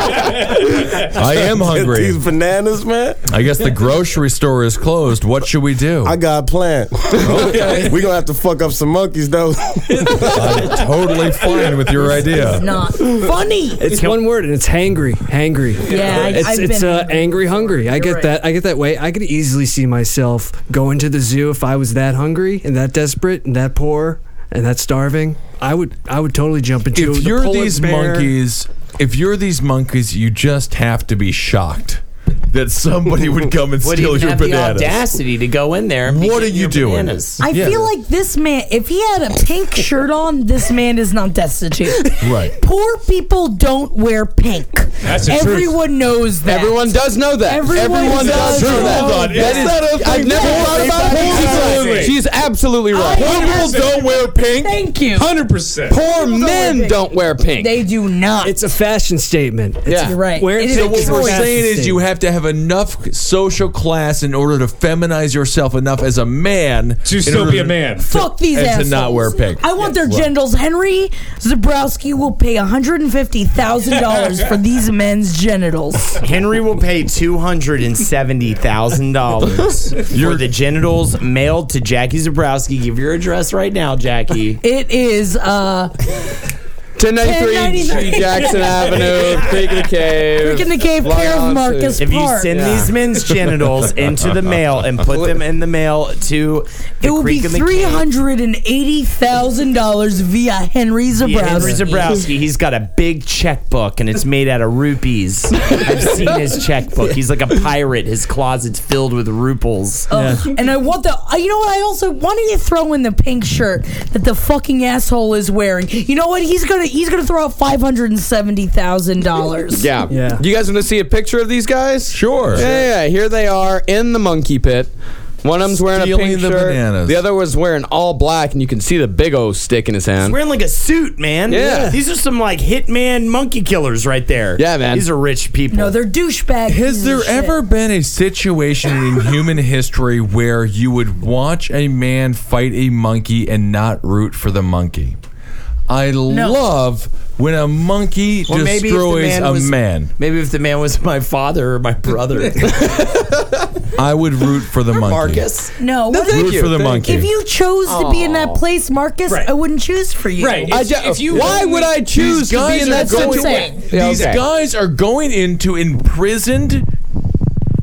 S8: I am hungry.
S13: These bananas, man.
S8: I guess the grocery store is closed. What should we do?
S13: I got a
S11: (laughs)
S13: plan.
S8: Okay.
S13: we gonna have to fuck up some monkeys though. (laughs)
S8: I'm totally (laughs) fine with your idea.
S10: Not funny.
S11: It's one word and it's hangry. Hangry.
S10: Yeah, I-
S11: it's
S10: I've
S11: it's
S10: been
S11: uh, angry, hungry. I get
S10: right.
S11: that. I get that way. I could easily see myself going to the zoo if I was that hungry and that desperate and that poor and that starving. I would I would totally jump into.
S8: If
S11: the
S8: you're
S11: polar
S8: these
S11: bear.
S8: monkeys, if you're these monkeys, you just have to be shocked that somebody would come and
S12: Would he
S8: steal your
S12: have
S8: bananas.
S12: the audacity to go in there? and
S8: What
S12: get
S8: are you
S12: your
S8: doing?
S12: bananas?
S10: I feel like this man, if he had a pink shirt on, this man is not destitute.
S8: Right.
S10: Poor people don't wear pink.
S14: That's the truth.
S10: Everyone knows that.
S2: Everyone does know that.
S10: Everyone does
S2: does know
S10: know
S2: that.
S10: that.
S2: That is-
S13: It's not a
S2: I've
S13: thing.
S2: never
S13: Poor
S2: thought about
S13: people
S2: it.
S13: don't
S14: wear
S2: Absolutely.
S14: pink.
S2: She's absolutely right.
S10: I am
S8: don't wear pink.
S10: Thank you.
S14: Hundred percent.
S2: Poor
S10: don't wear
S2: men
S10: pink.
S2: don't wear pink.
S10: They do not.
S11: It's a fashion statement. It's
S2: Yeah.
S11: a-
S10: You're right.
S11: Where
S10: It is
S11: it's a
S10: a
S11: choice.
S8: What we're
S10: choice.
S8: saying is you have to have enough social class in order to feminize yourself enough as a man
S14: To
S8: in
S14: still
S8: order
S14: be a man.
S10: Fuck these
S8: and
S10: assholes.
S8: to not wear pink.
S10: I want their
S8: Right.
S10: genitals. Henry Zabrowski will pay
S2: (laughs)
S10: $150,000 for these men's genitals.
S12: Henry will pay two hundred and seventy
S8: (laughs)
S12: thousand dollars for the genitals mailed to Jackie Zabrowski. Give your address right
S10: (laughs)
S12: now, Jackie.
S10: It is, uh,
S2: 1093
S10: 1093. (laughs)
S2: Jackson Avenue, Creek in the Cave.
S10: Freak in the Cave,
S2: Fly
S10: care of
S2: on
S10: Marcus
S2: to-
S12: If you
S10: Park.
S12: send
S2: Yeah.
S12: these men's genitals into the mail and put them in the mail to the
S10: it will be
S12: creek in the
S10: three hundred and eighty thousand dollars via Henry Zabrowski.
S12: Yeah, Henry Zabrowski, he's got a big checkbook and it's made out of rupees. I've seen his checkbook. He's like a pirate. His closet's filled with ruples.
S2: Oh.
S10: Ugh. And I want the. I- You know what? I also wanted to throw in the pink shirt that the fucking asshole is wearing. You know what? He's gonna he's gonna throw out five hundred and seventy thousand dollars.
S2: Yeah.
S11: Yeah.
S2: You guys want to see a picture of these guys?
S8: Sure.
S2: Yeah, yeah. Here they are in the monkey pit. One of them's wearing
S8: Stealing
S2: a pink
S8: the
S2: shirt.
S8: bananas.
S2: The other was wearing all black, and you can see the big O stick in his
S12: He's
S2: hand.
S12: wearing like a suit, man.
S2: Yeah.
S12: These are some like hitman monkey killers right there.
S2: Yeah, man.
S12: These are rich people.
S10: No, they're douchebags.
S8: Has there ever been a situation in human history where you would watch a man fight a monkey and not root for the monkey? I love when a monkey
S12: Well, maybe if the
S8: destroys
S12: man
S8: a
S12: was-
S8: man.
S12: Maybe if the man was my father or my
S2: (laughs)
S12: brother,
S8: I would root for the monkey.
S12: Marcus.
S10: No. what if-
S2: thank
S8: Root
S2: you,
S8: for the
S2: thank
S8: monkey.
S10: if you chose to be in that place, Marcus,
S14: Right.
S10: I wouldn't choose for you.
S14: Right.
S2: I
S14: If-
S2: ju-
S14: if you
S2: why
S14: only-
S2: would I choose
S8: These
S2: to be
S8: guys
S2: in
S8: are
S2: that
S8: going-
S2: situation?
S10: These
S2: Yeah,
S8: These
S2: okay.
S8: guys are going into imprisoned,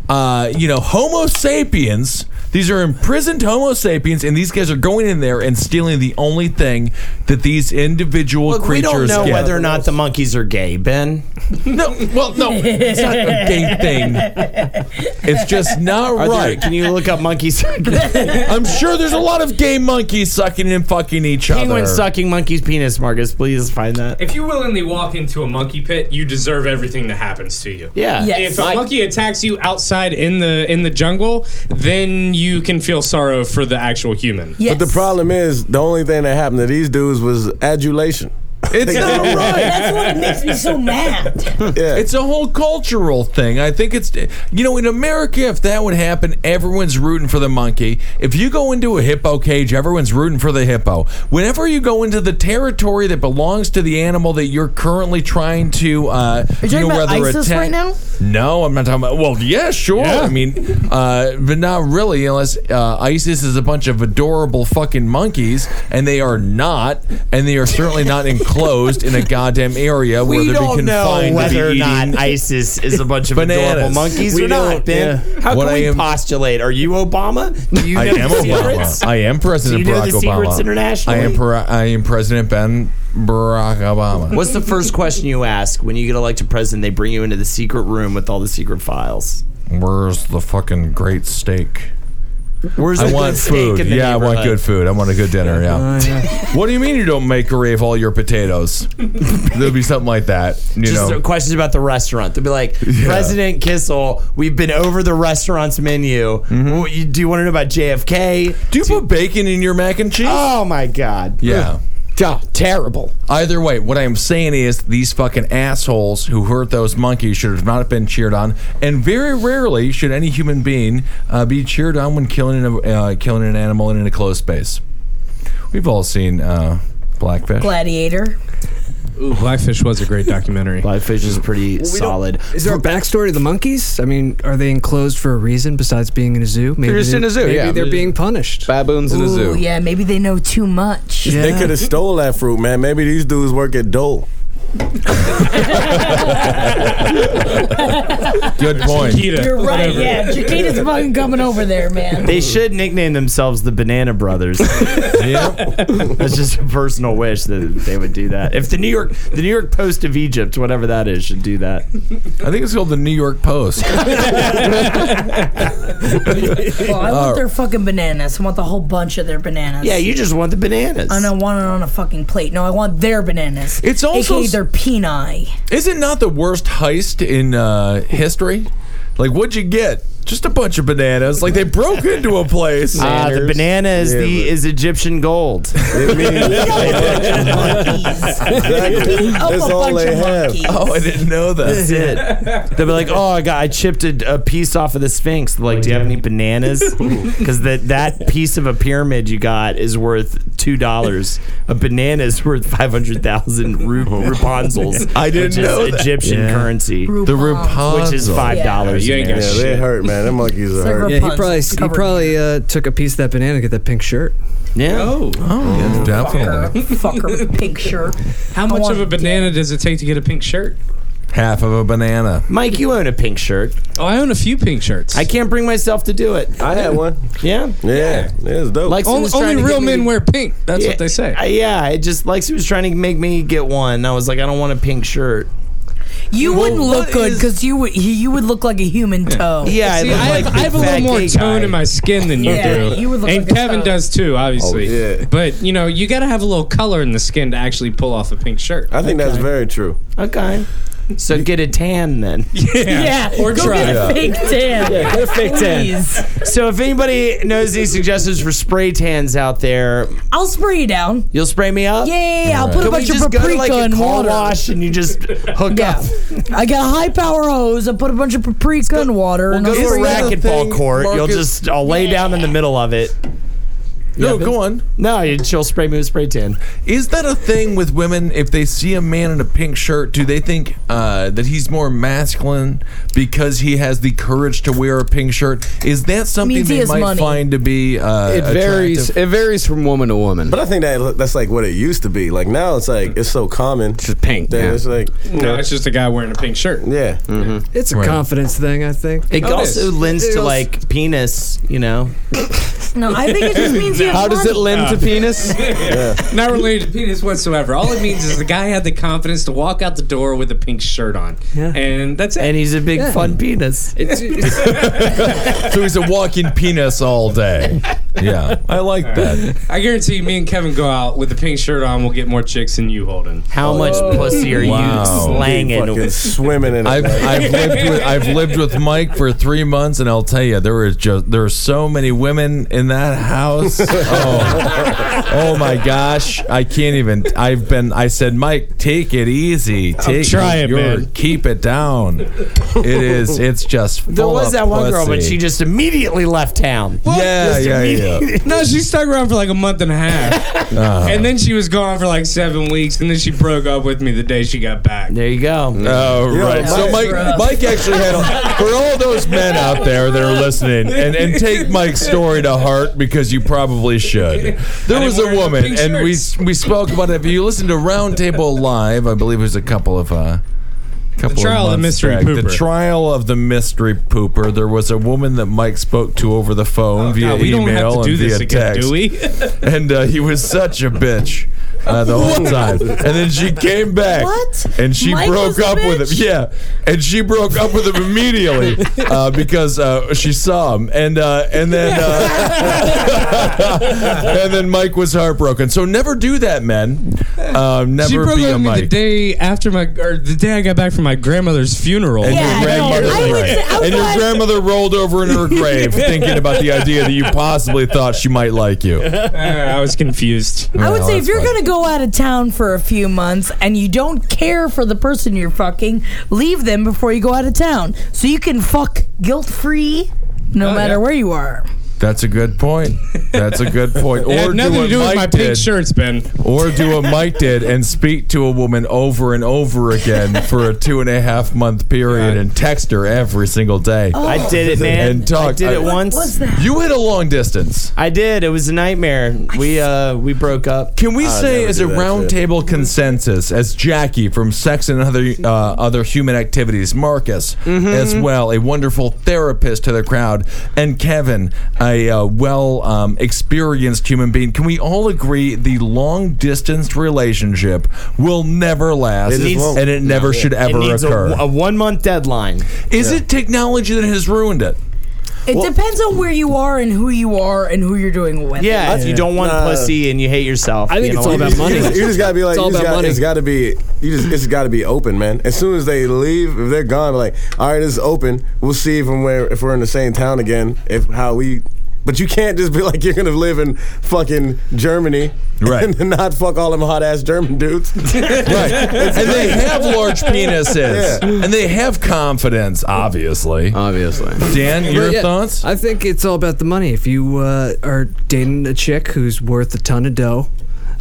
S8: uh, you know, Homo sapiens These are imprisoned Homo sapiens, and these guys are going in there and stealing the only thing that these individual
S12: Look, we
S8: creatures
S12: don't know
S8: get.
S12: whether or not the monkeys are gay, Ben.
S8: no, well, no, it's not a gay thing. It's just not
S12: Are there-
S8: right.
S12: can you look up monkeys? (laughs)
S8: I'm sure there's a lot of gay monkeys sucking and fucking each other.
S12: Penguin sucking monkey's penis, Marcus. Please find that.
S14: If you willingly walk into a monkey pit, you deserve everything that happens to you.
S12: Yeah. Yes.
S14: If a
S12: Like-
S14: monkey attacks you outside in the in the jungle, then you can feel sorrow for the actual human.
S13: But the problem is, the only thing that happened to these dudes was adulation.
S8: It's not right.
S10: That's what makes me so mad.
S8: It's a whole cultural thing. I think it's you know in America if that would happen, everyone's rooting for the monkey. If you go into a hippo cage, everyone's rooting for the hippo. Whenever you go into the territory that belongs to the animal that you're currently trying to, uh,
S10: Are you talking
S8: know,
S10: about
S8: whether
S10: ISIS
S8: attack-
S10: right now?
S8: No, I'm not talking about. Well, yeah, sure. I mean, uh, but not really, unless uh, ISIS is a bunch of adorable fucking monkeys, and they are not, and they are
S10: (laughs)
S8: certainly not enclosed in a goddamn area where
S12: We
S8: they're
S12: don't know
S8: confined to
S12: whether
S8: be
S12: or (laughs) not
S8: eating
S12: ISIS is a bunch of
S8: (laughs) Bananas.
S12: adorable monkeys
S8: We
S12: or
S8: don't-
S12: not, Ben.
S8: yeah.
S12: How
S8: What
S12: can
S8: I
S12: we
S8: am-
S12: postulate? Are you Obama? Do you
S8: I
S12: know
S8: am
S12: the
S8: Obama.
S12: secrets?
S8: I am President
S12: Do you know
S8: Barack
S12: the secrets
S8: Obama.
S12: internationally?
S8: I am Par- I am President Ben Barack Obama.
S12: What's the first question you ask when you get elected president? They bring you into the secret room with all the secret files.
S8: Where's the fucking great steak?
S12: Where's
S8: I
S12: the
S8: want
S12: good steak
S8: food.
S12: in the
S8: yeah, I want
S12: neighborhood?
S8: good food. I want a good dinner. Yeah. what do you mean you don't make or rave all your potatoes? There'll be something like that. You
S12: Just
S8: know.
S12: questions about the restaurant. They'll
S8: (laughs)
S12: be like, President Kissel, we've been over the restaurant's menu.
S8: Mm-hmm.
S12: What you- Do you want to know about JFK?
S8: Do you put bacon in your mac and cheese?
S12: Oh my God.
S8: Yeah.
S12: Duh, terrible.
S8: Either way, what I am saying is these fucking assholes who hurt those monkeys should have not been cheered on, and very rarely should any human being uh, be cheered on when killing an, uh, killing an animal in an enclosed space. We've all seen uh, blackfish.
S10: Gladiator.
S14: Ooh, Blackfish was a great documentary.
S12: Blackfish is pretty
S11: Well, we don't-
S12: solid.
S11: Is there a backstory to the monkeys? I mean, are they enclosed for a reason besides being in a zoo? Maybe
S2: They're just
S11: they-
S2: in a zoo,
S11: Maybe
S2: yeah.
S11: they're being punished.
S2: Baboons in a zoo.
S10: Ooh, yeah, maybe they know too much.
S13: They could have stole that fruit, man. Maybe these dudes work at Dole.
S8: Good
S14: (laughs)
S13: point.
S10: You're right. Yeah, Chiquita's fucking coming over there, man.
S12: (laughs) They should nickname themselves the Banana Brothers. That's just a personal wish that they would do that. If the New York, the New York Post of Egypt, whatever that is, should do that.
S8: I think it's called the New York Post.
S10: Well, I want
S8: Uh,
S10: their fucking bananas. I want the whole bunch of their bananas.
S12: Yeah, you just want the bananas.
S10: I don't want it on a fucking plate. No, I want their bananas.
S8: It's also
S10: AKA
S8: s-
S10: their peni.
S8: Is it not the worst heist in uh, history? Like, what'd you get? Just a bunch of bananas. Like they broke into a place.
S12: Ah, the banana is the is Egyptian gold.
S10: (laughs)
S13: (laughs) That's all they have.
S8: Oh, I didn't know that.
S12: (laughs) That's it. They'll be like, "Oh, I got I chipped a, a piece off of the Sphinx." They're like, "Do you have
S8: (laughs)
S12: any bananas?" Because that that piece of a pyramid you got is worth two dollars. A banana is worth five hundred thousand ru- ruponzels.
S8: Oh. (laughs) I didn't
S12: which is
S8: know that.
S12: Egyptian
S8: Yeah.
S12: currency.
S8: The Rapunzel.
S12: Which is five dollars.
S14: You ain't
S13: Yeah,
S14: got
S13: they
S14: shit.
S13: hurt, man. Them monkeys are hurt.
S11: Yeah, he probably he probably uh, took a piece of that banana to get that pink shirt.
S12: Yeah.
S14: Oh,
S8: Oh,
S10: Fucker,
S8: definitely.
S10: fucker, pink shirt.
S14: how much of a banana does it take to get a pink shirt?
S8: Half of a banana.
S12: Mike, you own a pink shirt.
S14: Oh, I own a few pink shirts.
S12: I can't bring myself to do it.
S13: I had one.
S12: Yeah.
S13: Yeah, it's dope.
S12: Lexington
S14: only
S12: was trying
S14: only
S12: to get
S14: real
S12: me
S14: men
S12: to-
S14: wear pink. That's
S12: Yeah,
S14: what they say.
S12: I- yeah, it just Lexi was trying to make me get one. and I was like, I don't want a pink shirt.
S10: You wouldn't look
S14: what
S10: good
S14: is-
S10: because you would he- you would look like a human toe.
S12: Yeah,
S14: See,
S12: I
S14: I,
S12: look
S14: have,
S12: like
S14: I have a
S12: big
S14: little
S12: fat
S14: more
S12: gay
S14: tone
S12: guy.
S14: in my skin than you
S10: Yeah,
S14: do.
S10: you would look
S14: and
S10: like a
S14: Kevin
S10: thug.
S14: does too, obviously.
S13: Oh, yeah.
S14: But you know, you got to have a little color in the skin to actually pull off a pink shirt.
S13: I think that's very true.
S12: Okay. So get a tan then.
S10: (laughs)
S14: (laughs)
S10: Yeah,
S14: Or
S10: go
S14: try.
S10: get a
S14: Yeah.
S10: fake tan.
S12: Yeah, get a fake tan.
S10: Please.
S12: So if anybody knows any suggestions for spray tans out there,
S10: I'll spray you down.
S12: you'll spray me up.
S10: Yay, I'll put
S12: Can
S10: a
S12: we
S10: bunch of
S12: just go
S10: paprika
S12: to like a
S10: in
S12: car
S10: water.
S12: wash and you
S14: (laughs)
S12: just hook
S10: Yeah,
S12: up?
S10: I got a high power hose. I put a bunch of paprika in water.
S12: We'll
S10: and
S12: go
S10: I'll
S12: to a
S10: spray you down.
S12: racquetball
S8: thing,
S12: court. You'll
S8: Marcus?
S12: just I'll lay down in the middle of it.
S8: No, go on.
S12: No, you chill spray move spray tan.
S8: Is that a thing with women? If they see a man in a pink shirt, do they think uh, that he's more masculine because he has the courage to wear a pink shirt? Is that something
S13: Means he
S8: they
S13: has
S8: might
S13: money.
S8: find to be? Uh,
S13: It varies-
S2: It varies from woman to woman.
S13: But I think that that's like what it used to be. Like now, it's like it's so common. It's
S2: just pink.
S13: That
S14: yeah.
S13: It's like
S14: No, it's just a guy wearing a pink shirt.
S13: Yeah. Mm-hmm.
S11: It's a confidence thing, I think.
S12: It also lends
S11: It
S12: to
S11: also-
S12: like penis, you know.
S10: No, I think it just means (laughs) you have
S12: How does it
S10: money.
S12: lend to
S14: Uh,
S12: penis?
S14: yeah. (laughs) Not related to penis whatsoever. All it means is the guy had the confidence to walk out the door with a pink shirt on, and that's it.
S12: And he's a big
S14: Yeah.
S12: fun penis.
S8: so he's a walking penis
S13: (laughs)
S8: all day. Yeah, I like that.
S14: I guarantee me and Kevin go out with a pink shirt on, we'll get more chicks than you, Holden.
S12: How much pussy are
S8: Wow.
S12: you slanging?
S13: fucking swimming in it.
S8: I've, I've lived with I've lived with Mike for three months, and I'll tell you there was just there are so many women in that
S12: (laughs)
S8: house. Oh, oh my gosh, I can't even. I've been. I said, Mike, take it easy. Take
S12: trying,
S8: your,
S12: man.
S8: Keep it down. It is. It's just. Full
S12: There was
S8: of
S12: that one girl, but
S8: pussy.
S12: she just immediately left town.
S8: Yeah, yeah, yeah.
S14: no, she stuck around for like a month and
S8: (laughs)
S14: a half,
S8: Uh,
S14: and then she was gone for like seven weeks, and then she broke up with me the day she got back.
S12: There you go.
S8: Oh
S14: Yeah,
S8: right. So Mike,
S14: Mike's rough.
S8: Mike actually had a, for all those men out there that are listening, and, and take Mike's story to heart because you probably should. There was a woman,
S14: pink
S8: and we we spoke about it. If you listen to Roundtable Live, I believe there's a couple of. Uh, Couple
S14: Trial of the
S8: months
S14: Mystery
S8: back, The
S14: Pooper.
S8: trial of the mystery pooper. There was a woman that Mike spoke to over the phone via
S14: Oh, God, we
S8: email
S14: don't have to
S8: and
S14: do
S8: via
S14: this again,
S8: text
S14: do we? (laughs)
S8: and uh, he was such a bitch uh, the whole time. And then she came back,
S14: What?
S8: and she
S14: Mike was
S8: broke
S14: a
S8: up with him. Yeah, and she broke up with him immediately uh, because uh, she saw him, and uh, and then uh, (laughs) and then Mike was heartbroken. So never do that, men. Uh, never
S14: she broke
S8: be
S14: up
S8: a
S14: with me the
S8: Mike.
S14: day after my, or the day I got back from my grandmother's funeral.
S8: And your grandmother, and your grandmother rolled over in her grave, thinking about the idea that you possibly thought she might like you.
S14: (laughs) I was confused.
S10: I would say if you're going to go out of town for a few months and you don't care for the person you're fucking, leave them before you go out of town so you can fuck guilt free no matter where you are.
S8: That's a good point. That's a good
S14: (laughs)
S8: point.
S14: It had nothing to
S8: what
S14: do with
S8: Mike
S14: my pink
S8: did.
S14: shirts, Ben.
S8: Or do what Mike did and speak to a woman over and over again for a two and a half month period and text her every single day.
S12: I did (laughs) it, man.
S8: And talk.
S12: I did it once.
S8: You hit a long distance.
S12: I did. It was a nightmare. We uh we broke up.
S8: Can we say as a roundtable consensus, as Jackie from Sex and Other uh, Other Human Activities, Marcus as well, a wonderful therapist to the crowd, and Kevin, a uh, well um, experienced human being, can we all agree the long distance relationship will never last,
S12: It needs-
S8: and it never should ever
S12: needs a-
S8: occur?
S12: A, one month deadline.
S8: Is it technology that has ruined it?
S10: It depends on where you are and who you are and who you're doing it with.
S12: Yeah, if you don't want
S13: Nah.
S12: pussy and you hate yourself. you know what?
S13: You
S12: (laughs)
S13: just, you just gotta be like, you just gotta, it's gotta be, you just, it's gotta be open, man. As soon as they leave, if they're gone, like, all right, it's open. We'll see if we're if we're in the same town again. If how we, but you can't just be (laughs) like you're gonna live in fucking Germany, (laughs)
S8: Right.
S13: And not fuck all them hot ass German
S10: (laughs)
S13: dudes,
S8: Right. and they have large penises.
S13: Yeah.
S8: And they have confidence, obviously.
S2: Obviously.
S8: Dan, your
S11: But yeah,
S8: thoughts?
S11: I think it's all about the money. If you uh, are dating a chick who's worth a ton of dough,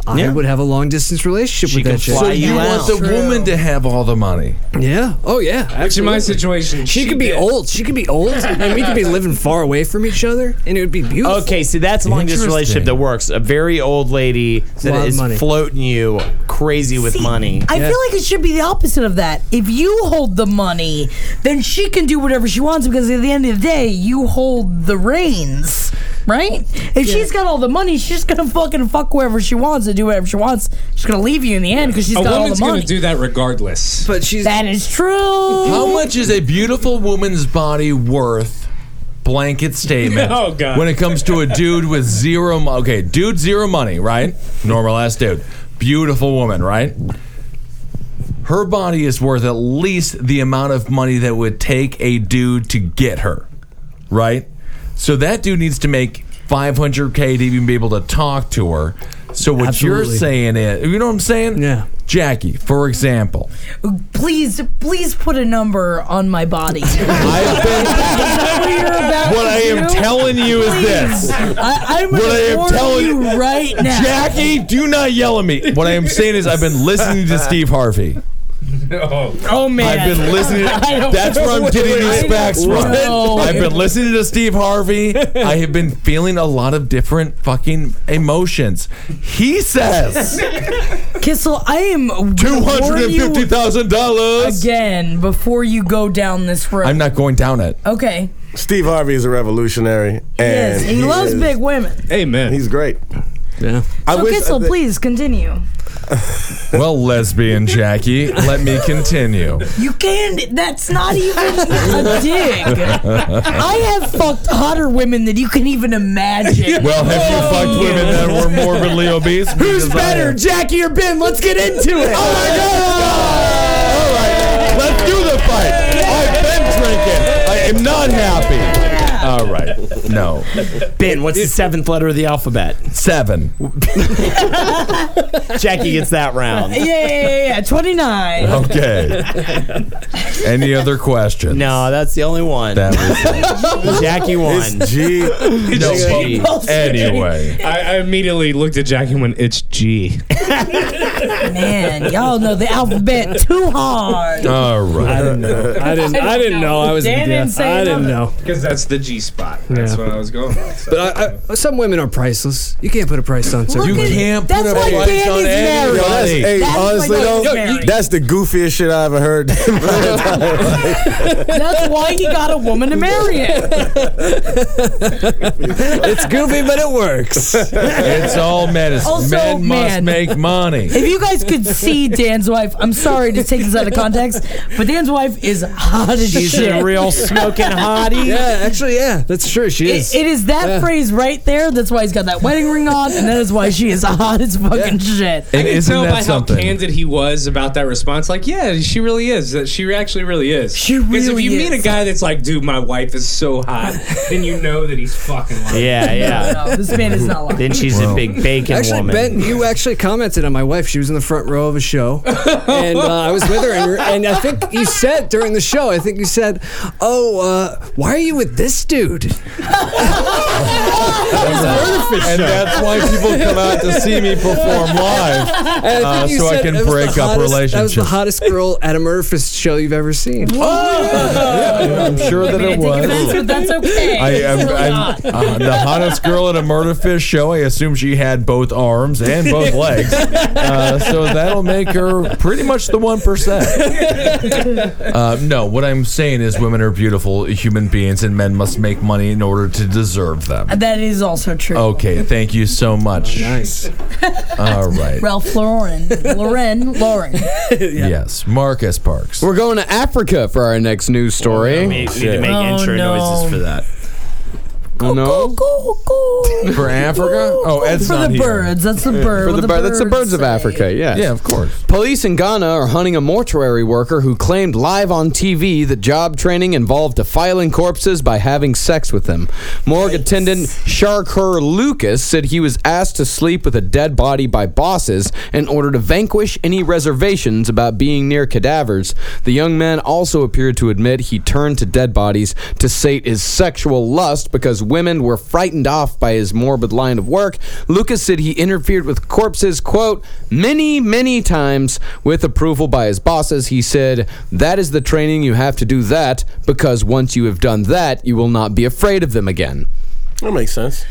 S11: I
S8: Yeah.
S11: would have a long distance relationship with that chick.
S8: so you want the woman to have all the money.
S11: Yeah. Oh yeah.
S14: Which in my
S11: absolutely.
S14: situation,
S11: She, could be
S14: did.
S11: old. She could be old, and we could be living far away from each other, and it would be beautiful.
S12: Okay, see that's a long distance relationship that works. A very old lady
S11: lot
S12: that
S11: of
S12: is
S11: money.
S12: floating you crazy with money.
S10: I feel like it should be the opposite of that. If you hold the money, then she can do whatever she wants because at the end of the day, you hold the reins, right? If she's got all the money, she's gonna fucking fuck whoever she wants and do whatever she wants. She's gonna leave you in the end because she's
S14: a
S10: got all
S14: woman's
S10: the
S14: gonna
S10: money.
S14: do that regardless.
S11: But she's
S10: that is true.
S8: How much is a beautiful woman's body worth? Blanket statement.
S14: Oh, God.
S8: When it comes to a dude with zero, mo- okay, dude zero money, right? Normal ass dude, beautiful woman, right? Her body is worth at least the amount of money that would take a dude to get her, right? So that dude needs to make 500k to even be able to talk to her. So what you're
S10: Absolutely.
S8: saying is, you know what I'm saying? Yeah. Jackie, for example,
S10: Please, please put a number on my
S8: (laughs)
S10: body. I've been. what you're about
S8: What
S10: to
S8: I am
S10: do?
S8: telling you is this.
S10: Please. I, I'm
S8: What I am
S10: going to
S8: telling-
S10: warn you right now.
S8: Jackie, do not yell at me. What I am saying is, I've been listening to Steve Harvey.
S10: Oh man,
S8: I've been listening.
S10: (laughs)
S8: That's where I'm getting these facts from. I've been listening to Steve Harvey. I have been feeling a lot of different fucking emotions.
S10: (laughs)
S8: He says
S10: Kissel, I am gonna warn
S8: two hundred and fifty
S10: you
S8: thousand dollars.
S10: again before you go down this road.
S8: I'm not going down it.
S10: Okay.
S13: Steve Harvey is a revolutionary. And
S10: Yes, he, loves
S13: is-
S10: big women.
S8: Amen.
S13: He's great.
S8: Yeah.
S10: so Kissel, please continue.
S8: Well, lesbian Jackie, let me continue.
S10: You can't. That's not even (laughs) a dig. I have fucked hotter women than you can even
S8: (laughs)
S10: imagine.
S8: Well, have you fucked women that were morbidly obese? Who's
S9: Better, Jackie or Ben? Let's get into it.
S8: Let's do the fight. I've been drinking. I am not happy. All right. No.
S9: Ben, what's
S11: (laughs)
S9: the seventh letter of the alphabet?
S8: Seven.
S9: Jackie gets that round.
S11: (laughs)
S10: Yeah, yeah, yeah, yeah. Twenty nine.
S8: (laughs) Okay. Any other questions?
S9: No, that's the only one.
S8: That was
S14: (laughs)
S9: Jackie won.
S8: It's G.
S9: No, G.
S8: but anyway.
S14: I, I immediately looked at Jackie and went, "It's G."
S10: Man, y'all know the alphabet too hard.
S8: All right.
S14: I didn't know.
S10: I didn't- I didn't know. I was-
S14: Dan
S10: didn't say I didn't
S11: know.
S14: because that's the G spot. That's
S11: Yeah.
S14: what I was going. With, so.
S11: But I, I, some women are priceless. You can't put a price on certain
S13: You
S11: women.
S13: can't
S10: put That's a why price Danny's on married.
S13: Yo, that's,
S11: anybody.
S13: hey,
S11: That's why
S13: honestly
S11: Danny's
S13: though,
S11: married.
S13: that's the goofiest shit I ever heard.
S10: That's why he got a woman to marry him.
S11: It's goofy, but it works.
S8: It's all medicine.
S10: Also,
S8: Men must
S10: man.
S8: make money.
S10: If you guys could see Dan's wife, I'm sorry to take this out of context, but Dan's wife is hot as
S11: She's a
S10: shit.
S11: real smoking hottie. (laughs) Yeah, actually, yeah, that's true. She
S10: It-
S11: is.
S10: it is that
S11: Yeah.
S10: phrase right there. That's why he's got that wedding ring on, and that is why she is hot as fucking shit.
S14: I can tell
S8: (laughs)
S14: by how candid he was about that response. Like, yeah, she really is. That She actually really is. She if
S10: really
S14: you meet
S10: is.
S14: a guy that's like, dude, my wife is so hot, then you know that he's fucking lying.
S9: Yeah, yeah.
S10: No, this man is not lying.
S9: Then she's a big bacon
S11: Actually,
S9: woman.
S11: Ben, you actually commented on my wife. She was in the front row of a
S8: (laughs)
S11: show, and uh, I was with her. And, we're- and I think you said during the show, I think you said, "Oh, uh, why are you with this dude?"
S8: And that's why people come out to see me perform live,
S11: And I
S8: uh,
S11: think you
S8: so I
S11: said
S8: can
S11: that was the
S8: break
S11: hottest-
S8: up
S11: That was
S8: relationships.
S11: the hottest girl at a Murphist show you've ever seen.
S10: Oh,
S8: Yeah, I'm sure that it was.
S10: But that's okay.
S8: (laughs) I am
S10: It's
S8: I'm, uh, the hottest girl at a murder fish show. I assume she had both arms and both legs, uh, so that'll make her pretty much the one percent. Uh, no, what I'm saying is women are beautiful human beings, and men must make money in order to deserve them.
S10: That is also true.
S8: Okay, thank you so much.
S11: Nice.
S8: (laughs) All (laughs) right.
S10: Ralph Lauren, Lauren, Lauren.
S8: Yes, Marcus Parks.
S2: We're going to Africa for our next news story.
S9: We need to make
S10: Oh,
S9: intro
S10: no.
S9: noises for that.
S2: Oh, no. (laughs)
S8: For Africa? Oh, Ed's
S10: For
S8: not
S10: the
S8: here.
S10: birds, that's the bird.
S2: For
S10: what
S2: the, bird, that's the birds of
S10: say.
S2: Africa. Yes.
S8: Yeah, of course.
S2: Police in Ghana are hunting a mortuary worker who claimed live on TV that job training involved defiling corpses by having sex with them. Morgue attendant Sharkur Lucas said he was asked to sleep with a dead body by bosses in order to vanquish any reservations about being near cadavers. The young man also appeared to admit he turned to dead bodies to sate his sexual lust because women were frightened off by his morbid line of work. Lucas said he interfered with corpses, quote, many, many times with approval by his bosses. He said, That is the training you have to do that because once you have done that, you will not be afraid of them again.
S13: (laughs) that makes sense.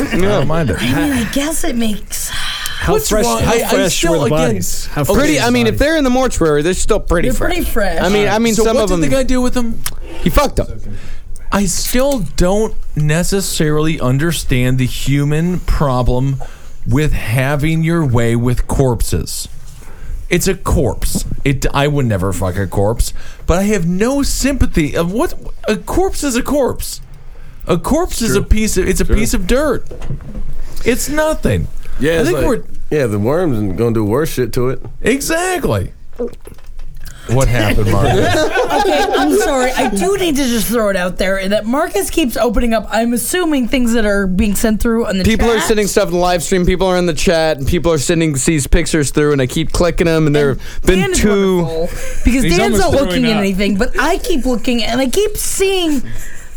S8: I don't mind it.
S10: I mean, I guess it makes.
S11: How
S8: What's
S11: fresh?
S8: wrong-
S11: How
S8: I- I
S11: fresh
S8: still
S11: were the
S8: again-
S11: bodies? How fresh
S2: Pretty,
S11: were
S2: I
S11: the
S2: mean, if
S11: bodies?
S2: they're in the mortuary, they're still pretty
S10: They're
S2: fresh.
S10: pretty fresh.
S2: I mean, I mean,
S8: so
S2: some
S8: what
S2: of
S8: did
S2: them.
S8: the guy do with him?
S2: he fucked them.
S8: I still don't necessarily understand the human problem with having your way with corpses. It's a corpse. It. I would never fuck a corpse, but I have no sympathy of what a corpse is. A corpse. A corpse is a piece of. It's a piece of dirt. It's nothing.
S13: Yeah,
S8: I
S13: it's
S8: think
S13: like-
S8: we're
S13: yeah, the worms gonna do worse shit to it.
S8: exactly. What happened, Marcus?
S10: okay, I'm sorry. I do need to just throw it out there that Marcus keeps opening up. I'm assuming things that are being sent through on the
S2: People
S10: chat.
S2: are sending stuff in the live stream. People are in the chat, and people are sending these pictures through, and I keep clicking them, and there have been
S10: Dan is
S2: two.
S10: because Dan's not looking at anything, but I keep looking and I keep seeing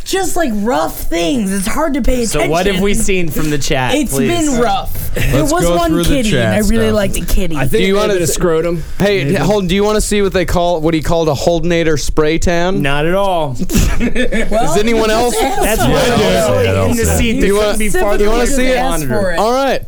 S10: just like rough things. It's hard to pay attention.
S12: So what have we seen from the chat?
S10: It's
S12: please?
S10: been rough. there
S12: Let's
S10: was
S12: go
S10: one
S12: through the
S10: kitty, and I
S12: chat
S10: really
S12: stuff.
S10: liked a kitty.
S2: do you want to
S11: scrotum?
S2: Hey,
S10: Maybe.
S2: hold. Do you want to see what they call what he called a holdenator spray tan?
S12: Not at all.
S2: Does anyone else?
S12: That's what I'm in the seat. They
S2: You
S12: couldn't
S2: want
S12: be farther
S2: to
S12: away from
S2: see
S12: the
S2: it?
S12: monitor.
S2: All right.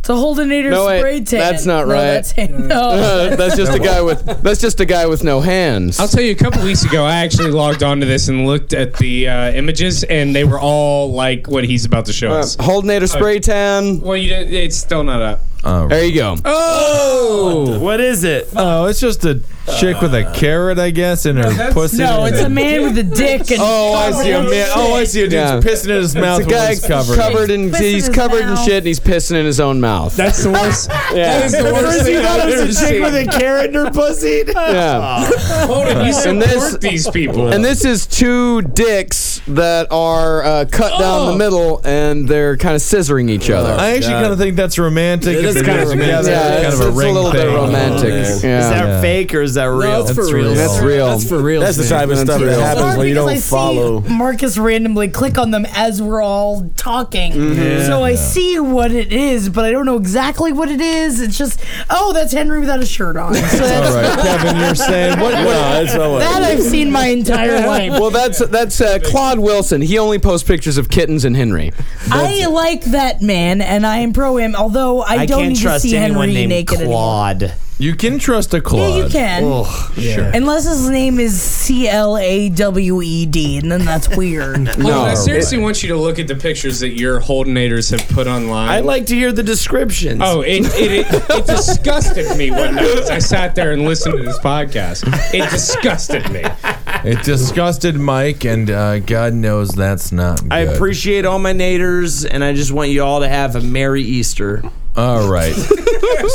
S10: It's a Holdenator
S2: No, wait,
S10: spray tan.
S2: that's not
S10: No,
S2: right.
S10: that's him.
S2: (laughs)
S8: (laughs)
S10: No.
S2: Uh, that's just a guy with that's just a guy with no hands.
S14: I'll tell you, a couple weeks ago, I actually logged onto this and looked at the uh, images, and they were all like what he's about to show
S2: Uh,
S14: us.
S2: Holdenator spray tan.
S14: Well, you did, it's still not up.
S2: There you go.
S14: Oh,
S12: What is it?
S8: Oh, it's just a chick with a carrot, I guess, in her pussy.
S10: No, it's a man with a dick. And
S8: Oh, I see a man. Oh, I see a dude pissing in his mouth.
S2: It's a
S8: while
S2: guy
S8: he's covered.
S2: covered in
S10: Pissing
S2: he's
S10: his
S2: covered in
S10: mouth.
S2: shit and he's pissing in his own mouth.
S14: That's the worst.
S2: Yeah.
S14: That is the worst
S12: First
S14: thing
S12: you thought
S14: I've
S12: it
S14: ever
S12: was a chick
S14: seen.
S12: with a carrot in her pussy. (laughs)
S2: Yeah.
S14: Holden, you
S2: And
S14: support
S2: this-
S14: these people.
S2: And this is two dicks that are uh, cut down
S12: Oh.
S2: the middle and they're kind of scissoring each other.
S8: I actually kind of think that's romantic.
S11: It
S8: if
S11: is
S8: they
S11: kinda
S8: do it together.
S11: romantic.
S8: It's
S11: Yeah,
S8: kind of
S11: it's-
S8: a
S11: it's a
S8: ring
S2: little bit
S8: thing.
S2: romantic.
S8: Yeah.
S2: Yeah.
S12: Is that
S8: Yeah.
S12: fake or is that real?
S11: it's for real.
S2: That's real.
S11: That's for real.
S13: That's the type of stuff that happens when you
S10: because I
S13: don't
S10: see
S13: follow.
S10: Marcus randomly click on them as we're all talking. So I see what it is, but I don't know exactly what it is. It's just, oh, that's Henry without a shirt on. So that's,
S8: All right, Kevin, you're saying (laughs) what? what
S13: No, it's not what-
S10: that I've seen my entire life.
S2: well, that's that's uh, Claude Wilson. He only posts pictures of kittens and Henry.
S10: I like that man, and I am pro him. Although I,
S12: I
S10: don't
S12: can't
S10: need to
S12: trust
S10: see
S12: anyone
S10: Henry
S12: named
S10: naked anymore.
S12: Claude.
S8: You can trust a Claude.
S10: Yeah, you can.
S12: Ugh,
S8: Sure.
S10: Unless his name is C L A W E D, and then that's weird.
S14: Holden,
S2: No.
S14: I seriously want you to look at the pictures that your Holdenators have put online.
S11: I like to hear the descriptions.
S14: Oh, it, it, it, it disgusted me one night. as I sat there and listened to this podcast. It disgusted me.
S8: It disgusted Mike, and uh, God knows that's not. Good.
S12: I appreciate all my naders, and I just want you all to have a merry Easter.
S8: All right.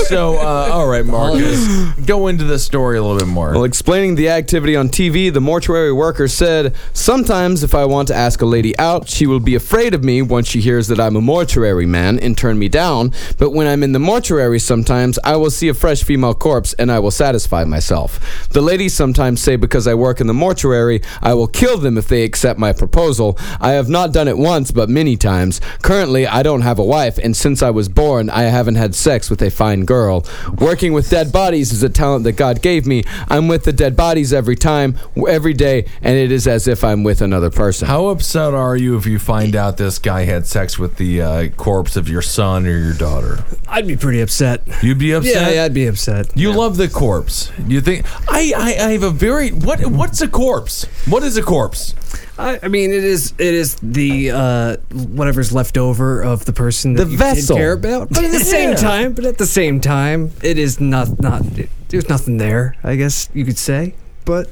S8: so, uh, all right, Marcus, go into the story a little bit more.
S2: While explaining the activity on TV, the mortuary worker said, Sometimes if I want to ask a lady out, she will be afraid of me once she hears that I'm a mortuary man and turn me down. But when I'm in the mortuary, sometimes I will see a fresh female corpse and I will satisfy myself. The ladies sometimes say because I work in the mortuary, I will kill them if they accept my proposal. I have not done it once, but many times. Currently, I don't have a wife, and since I was born, I haven't had sex with a fine girl. Working with dead bodies is a talent that God gave me. I'm with the dead bodies every time, every day, and it is as if I'm with another person.
S8: How upset are you if you find out this guy had sex with the uh, corpse of your son or your daughter?
S11: I'd be pretty upset.
S8: You'd be upset.
S11: Yeah, yeah, I'd be upset.
S8: You love the corpse. You think I, I I have a very what what's a corpse? What is a corpse?
S11: I, I mean, it is it is the uh, whatever's left over of the person that
S2: The
S11: you
S2: vessel.
S11: did care about. But at the (laughs) same time, but at the same time, it is not not it, there's nothing there. I guess you could say, but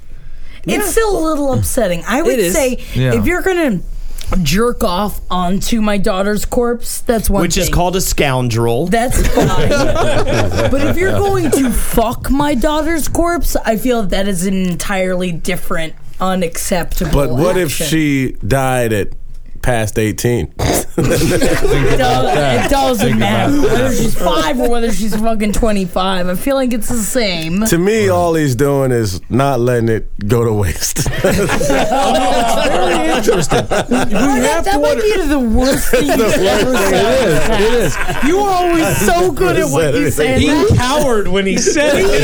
S10: It's still a little upsetting. I would
S11: is.
S10: say
S8: Yeah.
S10: if you're gonna jerk off onto my daughter's corpse, that's one
S12: Which is
S10: thing.
S12: called a scoundrel.
S10: That's
S12: (laughs)
S10: fine. but if you're going to fuck my daughter's corpse, I feel that is an entirely different, unacceptable.
S13: But what if
S10: Oh, action.
S13: she died at past 18?
S10: It, does, it doesn't matter
S8: about
S10: whether she's five or whether she's fucking twenty-five. I feel like it's the same.
S13: to (laughs) me, all he's doing is not letting it go to
S10: (laughs)
S13: waste.
S8: Very interesting.
S10: Or that that might be the
S8: (laughs)
S10: worst thing you've ever said. It is. It is. You are always so good at what you say.
S14: He
S10: and that-
S14: cowered when he said
S10: (laughs)
S14: it.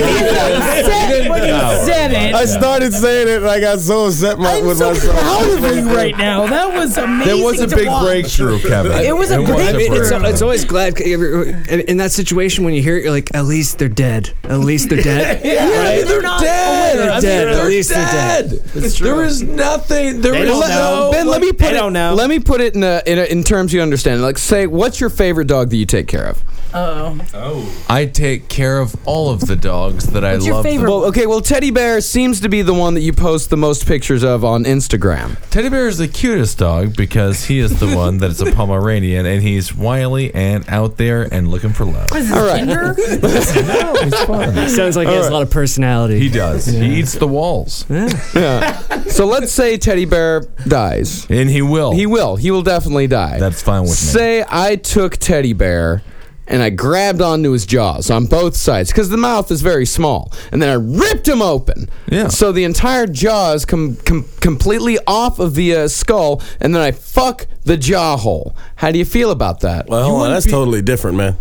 S10: upset when you said it.
S13: I started saying it and I got so upset my,
S10: I'm
S13: with
S10: so
S13: myself.
S10: proud of you right now. That was amazing.
S8: There was a
S10: to
S8: big
S10: watch.
S8: breakthrough, Kevin.
S10: It was a
S8: There
S10: great-
S11: I mean, it's,
S10: breakthrough.
S11: it's always glad in in that situation when you hear it, you're like, at least they're dead. At least they're dead.
S10: Yeah, they're not aware.
S11: They're dead. At least they're dead.
S8: There is nothing. There
S12: They
S8: is
S12: don't know.
S2: Ben, let me put
S12: I
S2: it,
S12: don't know.
S2: Let me put it in, a, in, a, in terms you understand. Like, say, what's your favorite dog that you take care of?
S10: Uh-oh.
S8: I take care of all of the dogs that I
S10: What's your
S8: love. the
S10: favorite
S2: Well, okay. Well, teddy bear seems to be the one that you post the most pictures of on Instagram.
S8: Teddy bear is the cutest dog because he
S2: (laughs)
S8: is the one that's a Pomeranian and he's wily and out there and looking for love.
S10: What is this,
S8: (laughs)
S10: Tinder?
S11: (laughs) Sounds like he has a lot of personality.
S8: He does. He eats the walls.
S2: Yeah. so let's say Teddy Bear dies.
S8: And he will.
S2: He will. He will definitely die.
S8: That's fine with me.
S2: Say I took Teddy Bear and I grabbed onto his jaws on both sides because the mouth is very small. And then I ripped him open.
S8: Yeah.
S2: So the entire jaw is com- com- completely off of the uh, skull. And then I fuck the jaw hole. How do you feel about that?
S13: Well, hold on, that's totally different, man.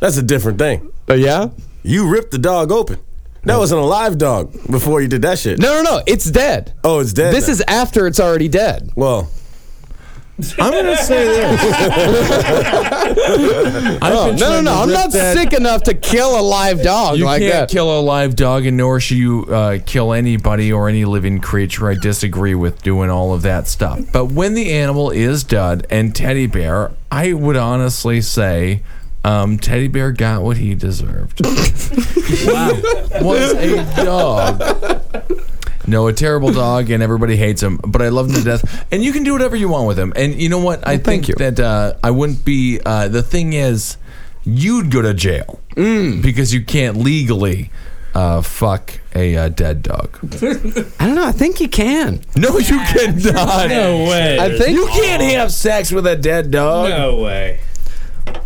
S13: That's a different thing.
S8: uh,
S2: Oh yeah?
S13: You ripped the dog open. That wasn't a live dog before you did that shit.
S2: No, no, no. It's dead.
S13: Oh, it's dead.
S2: This is after it's already dead.
S13: Well,
S8: I'm gonna say (laughs)
S2: that. Oh, no, no, no. I'm not sick enough to kill a live dog
S8: You
S2: like
S8: can't
S2: that.
S8: kill a live dog, and nor should you uh, kill anybody or any living creature. I disagree with doing all of that stuff. But when the animal is done, and teddy bear, I would honestly say. Um, teddy bear got what he deserved. (laughs) Was a dog. No, a terrible dog, and everybody hates him. But I love him to death, and you can do whatever you want with him. And you know what? I think that uh, I wouldn't be. Uh, the thing is, you'd go to jail
S2: Mm.
S8: because you can't legally uh, fuck a uh, dead dog.
S2: I don't know. I think you can.
S8: No, you cannot.
S14: No way.
S2: I think Oh.
S8: you can't have sex with a dead dog.
S14: No way.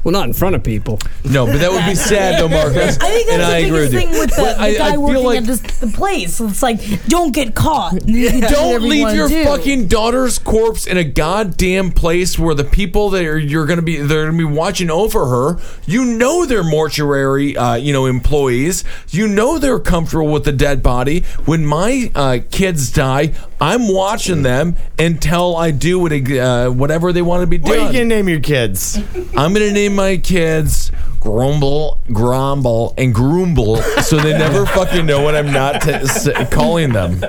S11: Well, not in front of people.
S8: No, but that would be sad, though, Marcus.
S10: I think
S8: and
S10: that's
S8: I
S10: the
S8: agree
S10: biggest
S8: with you.
S10: thing with the,
S8: But
S10: the
S8: I- I
S10: guy
S8: feel
S10: working
S8: like-
S10: at this the place. It's like, don't get caught.
S8: (laughs)
S10: You can do
S8: Don't
S10: whatever you
S8: leave
S10: wanna
S8: your
S10: do.
S8: fucking daughter's corpse in a goddamn place where the people that are, you're gonna be they're gonna be watching over her. You know they're mortuary, uh, you know employees. You know they're comfortable with the dead body. When my uh, kids die, I'm watching them until I do what, uh, whatever they want to be
S12: What
S8: doing.
S12: are you gonna name your kids?
S8: I'm gonna name my kids Grumble, Grumble, and Groomble, so they
S12: (laughs)
S8: never fucking know what I'm not t- s- calling them.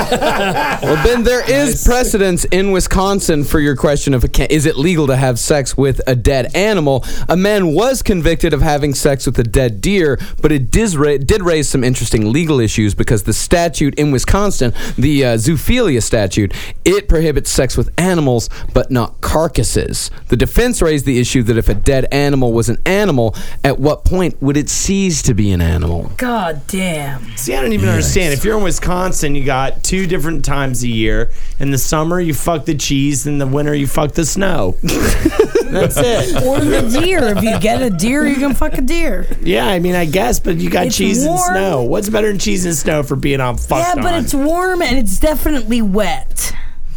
S2: Well, then there is precedence in Wisconsin for your question of can, is it legal to have sex with a dead animal? A man was convicted of having sex with a dead deer, but it dis- ra- did raise some interesting legal issues because the statute in Wisconsin, the uh, zoophilia statute, it prohibits sex with animals but not carcasses. The defense raised the issue that if a dead animal was an animal, at what point would it cease to be an animal?
S10: God damn.
S12: See, I don't even understand. If you're in Wisconsin, you got two different times a year. In the summer, you fuck the cheese. In the winter, you fuck
S10: (laughs)
S12: the snow. That's it.
S10: Or the deer. If you get a deer, you can fuck a deer.
S12: Yeah, I mean, I guess, but you got
S10: It's
S12: cheese and
S10: warm.
S12: snow. What's better than cheese and snow for being on
S10: yeah,
S12: fucked
S10: but
S12: on?
S10: it's warm and it's definitely wet.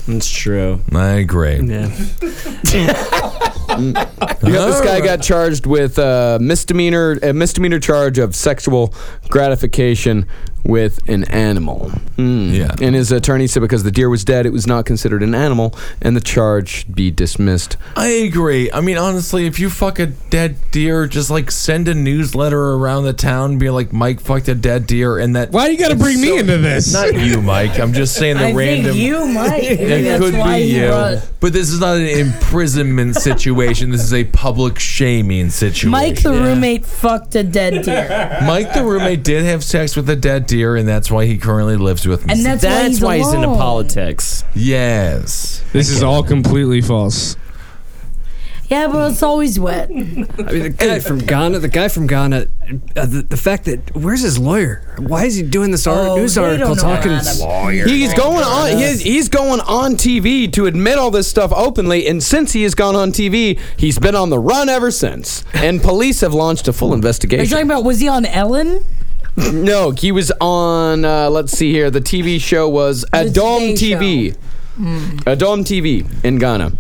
S12: That's true.
S8: I agree.
S12: Yeah.
S2: You got this guy got charged with uh, misdemeanor, a misdemeanor charge of sexual gratification with an animal. Hmm.
S8: Yeah.
S2: And his attorney said because the deer was dead, it was not considered an animal, and the charge should be dismissed.
S8: I agree. I mean, honestly, if you fuck a dead deer, just like send a newsletter around the town, and be like, Mike fucked a dead deer, and that.
S14: Why you gotta
S8: it's
S14: bring me into this?
S8: Not you, Mike. I'm just saying
S10: (laughs)
S8: the
S10: I
S8: random.
S10: think you might. Maybe
S8: It
S10: that's
S8: could
S10: why
S8: be
S10: he
S8: you,
S10: brought-
S8: but this is not
S10: (laughs)
S8: an imprisonment situation. This is a public shaming situation.
S10: Mike, the roommate, fucked a dead deer,
S8: Mike, the roommate, did have sex with a dead deer, and that's why he currently lives with me. (laughs)
S10: and that's, why he's, alone.
S12: politics.
S8: yes.
S14: This is all completely false.
S10: Yeah, but it's always wet.
S11: I mean, the guy from Ghana, the guy from Ghana, uh, the, the fact that where's his lawyer? Why is he doing this art,
S10: Oh,
S11: news
S10: they don't
S11: article
S10: know
S11: talking?
S10: about
S11: s-
S2: He's going on. He's, he's going on TV to admit all this stuff openly, and since he has gone on TV, he's been on the run ever since. And police have launched a full
S10: Are you
S2: investigation.
S10: talking about? Was he on Ellen?
S2: No, he was on. Uh, let's see here. The TV show was Adom
S10: Today
S2: TV. Adom TV in Ghana.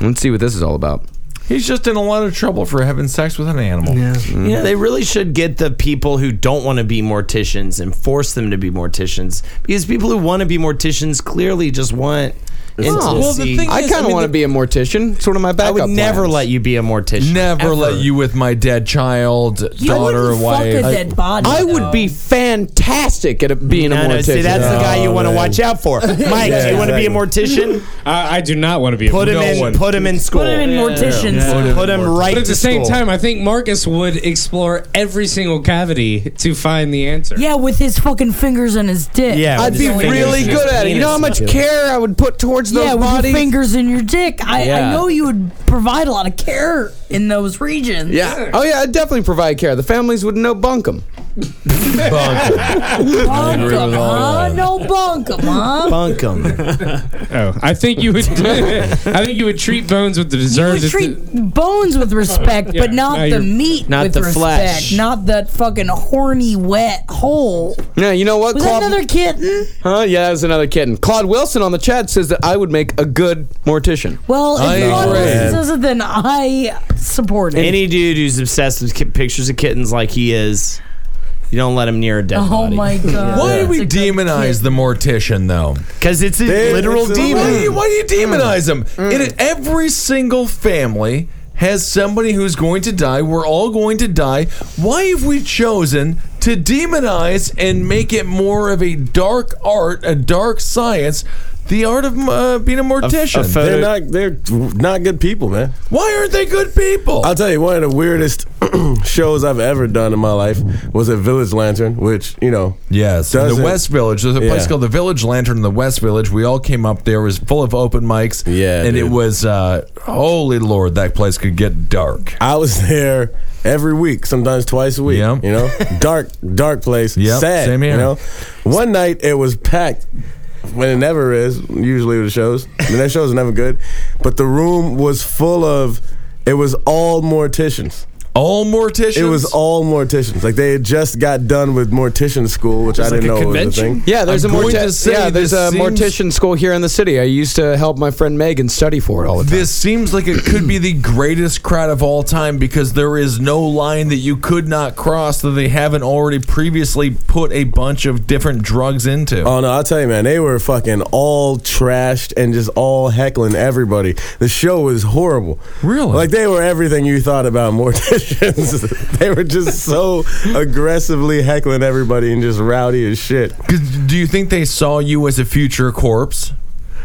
S2: Let's see what this is all about.
S8: He's just in a lot of trouble for having sex with an animal.
S11: Yeah.
S12: Yeah, they really should get the people who don't want to be morticians and force them to be morticians because people who want to be morticians clearly just want.
S2: well,
S12: intimacy.
S2: the thing I kind of want to be a mortician. It's one of my
S12: I
S2: backup.
S12: would never
S2: plans.
S12: let you be a mortician.
S8: Never
S12: Ever.
S8: let you with my dead child,
S10: You
S8: daughter,
S10: wouldn't fuck
S8: wife.
S10: a dead body.
S2: I
S10: though.
S2: would be fantastic at a- being a
S12: No,
S2: mortician.
S12: no, see, that's the guy you want to watch out for. Mike, do you want to be a mortician?
S14: I, I do not want to be.
S12: Put
S14: a
S12: him
S14: no
S12: in.
S14: One.
S12: Put him in school.
S10: Put him in morticians.
S12: Put him right.
S14: but at
S12: to
S14: the same
S12: school.
S14: time, I think Marcus would explore every single cavity to find the answer.
S10: Yeah, with his fucking fingers and his dick.
S12: Yeah,
S2: I'd be
S14: Just
S2: really
S14: fingers,
S2: good
S14: just
S2: at it. You know how
S12: penis.
S2: much care I would put towards towards those
S10: yeah, with
S2: bodies.
S10: your fingers in your dick. I,
S2: Yeah.
S10: I know you would provide a lot of care in those regions.
S2: Yeah. Oh yeah, I definitely provide care. The families would know bunkum.
S10: Bunkum, huh? No bunkum, huh?
S14: Oh, I think
S8: (laughs)
S14: you would. I think you would treat bones with the deserves.
S10: You treat bones with respect,
S14: Yeah,
S10: but not
S14: now
S10: the
S14: you're-
S10: meat.
S14: Not
S10: with
S14: the
S10: respect.
S14: flesh.
S10: Not that fucking horny wet hole.
S2: Yeah, you know what?
S10: Was
S2: Claude-
S10: that another kitten?
S2: Huh? Yeah, that was another kitten. Claude Wilson on the chat says that I would make a good mortician.
S10: Well,
S2: I
S10: if Claude
S2: agree.
S10: Wilson says it, then I support it.
S12: Any dude who's obsessed with ki- pictures of kittens like he is, you don't let him near a dead
S10: Oh
S12: body. (laughs)
S10: my God.
S8: Why do we demonize the mortician though?
S12: Because it's a literal demon.
S8: Why do you, why do you demonize them? It, every single family has somebody who's going to die. We're all going to die. Why have we chosen to demonize and make it more of a dark art, a dark science? The art of uh, being a mortician.
S13: they're not they're not good people, man.
S8: Why aren't they good people?
S13: I'll tell you, one of the weirdest (clears throat) shows I've ever done in my life was at Village Lantern, which you know,
S8: Yes, in the
S13: doesn't-
S8: West Village. There's a place
S13: Yeah.
S8: called the Village Lantern in the West Village. We all came up there. It was full of open mics. Yeah, and it
S13: dude.
S8: was uh, holy lord, that place could get dark.
S13: I was (laughs) there every week, sometimes twice a week. You
S8: (laughs)
S13: know, dark, dark place.
S8: Yep,
S13: sad.
S8: same here.
S13: You know, one night it was packed. When it never is, usually with the shows. I mean, that show's never good, but the room was full of. It was all morticians.
S8: All morticians.
S13: It was all morticians. Like they had just got done with mortician school, which I didn't know was a thing.
S2: Yeah, there's a mortician. Yeah, there's a
S8: seems-
S2: mortician school here in the city. I used to help my friend Megan study for it all the time.
S8: This seems like it
S13: (clears throat)
S8: could be the greatest crowd of all time because there is no line that you could not cross that they haven't already previously put a bunch of different drugs into.
S13: Oh no, I'll tell you, man, they were fucking all trashed and just all heckling everybody. The show was horrible.
S8: Really?
S13: Like they were everything you thought about (laughs) morticians. they were just so aggressively heckling everybody and just rowdy as shit.
S8: 'Cause Do you think they saw you as a future corpse?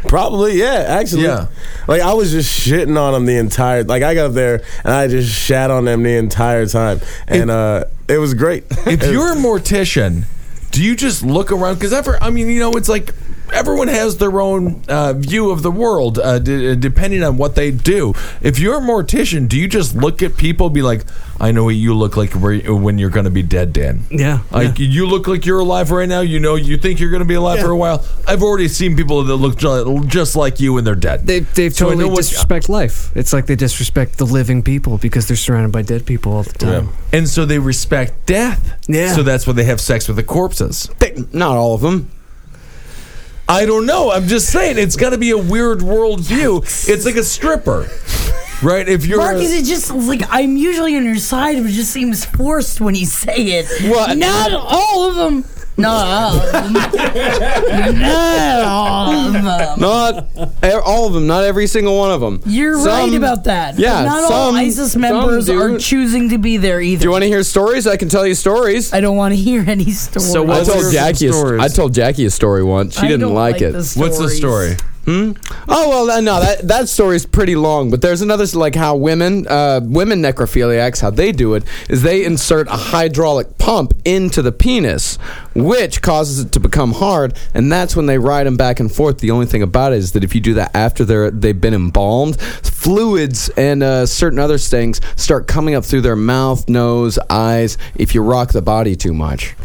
S13: Probably, yeah. Actually,
S8: Yeah.
S13: Like I was just shitting on them the entire. Like I got up there and I just shat on them the entire time, and uh, (laughs) it was great.
S8: if you're a mortician, do you just look around? Because I mean, you know, it's like everyone has their own uh, view of the world, uh, d- depending on what they do. If you're a mortician, do you just look at people, and be like, "I know what you look like where- when you're going to be dead, Dan."
S11: Yeah.
S8: Like you look like you're alive right now. You know, you think you're going to be alive for a while. I've already seen people that look ju- just like you and they're dead.
S11: They, they've
S8: So I
S11: totally
S8: know what-
S11: disrespect life. It's like they disrespect the living people because they're surrounded by dead people all the time.
S8: And so they respect death.
S11: Yeah.
S8: So that's why they have sex with the corpses.
S2: not all of them.
S8: I don't know. I'm just saying it's got to be a weird worldview. It's like a stripper, right? If you're
S10: Mark, is it just like I'm usually on your side, but it just seems forced when you say it.
S5: What?
S10: Not all of them. Not all of
S14: (laughs)
S10: them. Not all of them.
S2: Not e- all of them. Not every single one of them.
S10: You're right about that.
S2: Yeah,
S10: not all
S2: some-
S10: ISIS
S2: some
S10: members are
S2: dude-
S10: choosing to be there either.
S2: Do you want to hear stories? I can tell you stories.
S10: I don't want to hear any stories.
S2: I told Jackie. A, I told Jackie a story once. She
S10: I
S2: didn't
S10: don't
S2: like,
S10: like
S2: it.
S10: the What's the story?
S2: Hmm. Oh well, that- no that that story's pretty long. But there's another like how women uh, women necrophiliacs how they do it is they insert a hydraulic pump into the penis, which causes it to become hard, and that's when they ride them back and forth. The only thing about it is that if you do that after they're they've been embalmed, fluids and uh, certain other things start coming up through their mouth, nose, eyes. If you rock the body too much.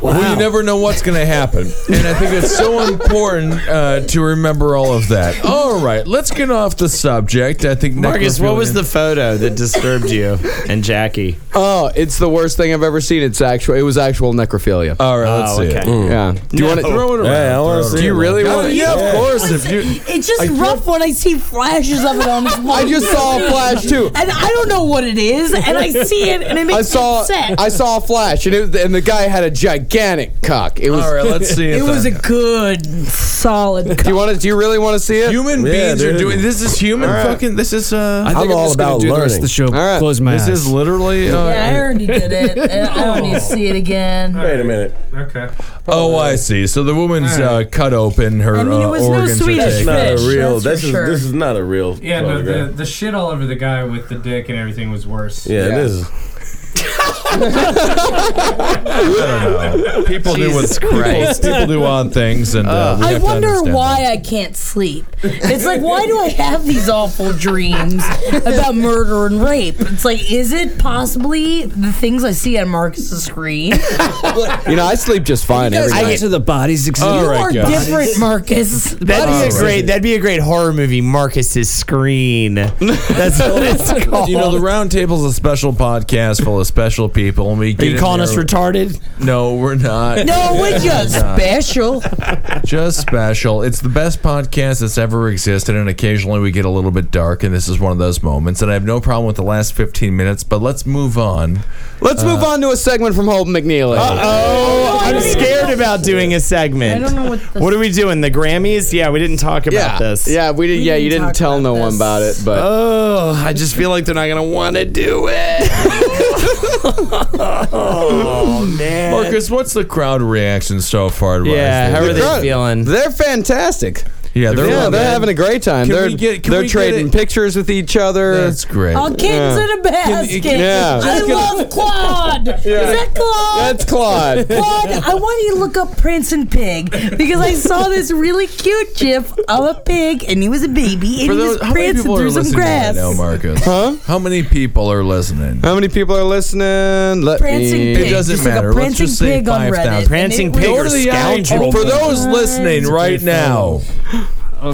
S8: Well, you never know what's going to happen. And I think it's so important uh, to remember all of that. All right, let's get off the subject. I think
S12: Marcus, what was
S8: necrophilia-
S12: the photo that disturbed you and Jackie?
S2: Oh, it's the worst thing I've ever seen. It's actual. It was actual necrophilia.
S8: All right, let's
S12: Oh,
S8: see it.
S12: okay.
S8: Mm.
S2: Yeah. Do you want to
S8: No.
S2: throw it around?
S8: Yeah, I wanna
S2: Throw it
S8: see
S2: Do you
S8: it.
S2: really
S8: Yeah,
S2: want?
S8: yeah, of course, if you-
S10: It's just
S2: I
S10: rough when I see flashes of it on
S2: (laughs)
S10: his phone.
S2: just saw a flash, too.
S10: and I don't know what it is, and I see it, and it makes
S2: I saw,
S10: me upset.
S2: I saw a flash, and, it, and the guy had a gigantic cock. It was.
S8: All right,
S2: (laughs)
S8: let's see it
S10: It was a
S8: then.
S10: good, solid.
S2: Do you want to? Do you really want to see it?
S8: (laughs) Human beings are doing this. Is human fucking? This is. Uh,
S2: I think I'm I'm all just gonna about do the rest of the learning. show.
S8: All
S2: Close my
S8: This
S2: eyes.
S8: is literally. Uh,
S10: Yeah, I already did it. and I don't need to see it again.
S13: Wait a minute.
S14: Okay.
S8: Oh, I see. So the woman's uh, cut open. Her
S10: I mean, it was
S8: uh,
S10: no
S8: organs
S10: Swedish
S8: are
S10: fish,
S8: taken.
S10: That's
S13: not a real. This
S10: for
S13: is
S10: sure.
S13: this is not a real.
S14: Yeah, no,
S13: photograph.
S14: the, the shit all over the guy with the dick and everything was worse.
S13: Yeah, it is.
S8: People do
S5: Jesus
S8: what
S5: Christ.
S8: people, people do on things, and uh, we
S10: I
S8: have to
S10: wonder
S8: understand
S10: why I can't sleep. It's like, why do I have these awful dreams about murder and rape? It's like, is it possibly the things I see on Marcus's
S8: (laughs)
S10: screen?
S2: You know, I sleep just fine
S10: You guys
S2: every
S10: got
S2: night.
S10: to
S2: the bodies
S10: exhibit. You are different, Marcus.
S12: That'd be a great. That'd be a great horror movie. Marcus's
S8: (laughs)
S12: screen. That's what it's called.
S8: You know, the round table's a special podcast full of special people, and we
S12: Are you calling us retarded?
S8: No, we're
S10: (laughs)
S8: not.
S10: No, we're just
S8: not.
S10: special.
S8: Just special. It's the best podcast that's ever existed, and occasionally we get a little bit dark, and this is one of those moments. And I have no problem with the last 15 minutes, but let's move on.
S2: Let's move on to a segment from Holden McNeely.
S12: Oh, I'm scared about doing a segment.
S10: I don't know what.
S12: What are we doing? The Grammys? Yeah, we didn't talk about
S2: yeah,
S12: this.
S2: yeah, we did.
S12: We
S2: yeah, you
S12: didn't
S2: didn't
S12: talk
S2: tell no
S12: about
S2: one
S12: this.
S2: about it, but
S12: Oh, I just feel like they're not gonna want to do
S2: (laughs)
S12: it. oh man,
S8: Marcus, what's the crowd reaction so far? To
S12: Yeah,
S8: Rise?
S12: how are they
S8: They're-
S12: feeling?
S2: They're fantastic.
S8: Yeah, they're,
S2: yeah, they're
S8: loving it.
S2: having a great time.
S8: Can
S2: they're
S8: we get- can
S2: they're
S8: we get
S2: trading
S8: it-
S2: pictures with each other.
S8: That's great.
S10: All kings in a basket.
S2: yeah.
S10: I love
S8: (laughs)
S10: Claude. Is that Claude?
S2: That's
S10: (laughs)
S2: Claude.
S10: Claude, I want you to look up Prince and Pig because I saw this really cute gif of a pig and he was a baby and
S8: For
S10: he
S8: those-
S10: was
S8: how many
S10: prancing
S8: people are
S10: through some
S8: listening right
S10: grass.
S8: now, Marcus? Huh? How many people are listening?
S2: How many people are listening? Let
S10: Prancing
S2: me.
S10: pig.
S8: It doesn't
S10: Just look up
S8: matter. Let's
S10: prancing
S8: just say
S10: pig on Reddit,
S8: 5,000.
S10: and Prancing it pig will- or
S8: Go to the eye-
S10: scoundrel.
S8: For those listening right now,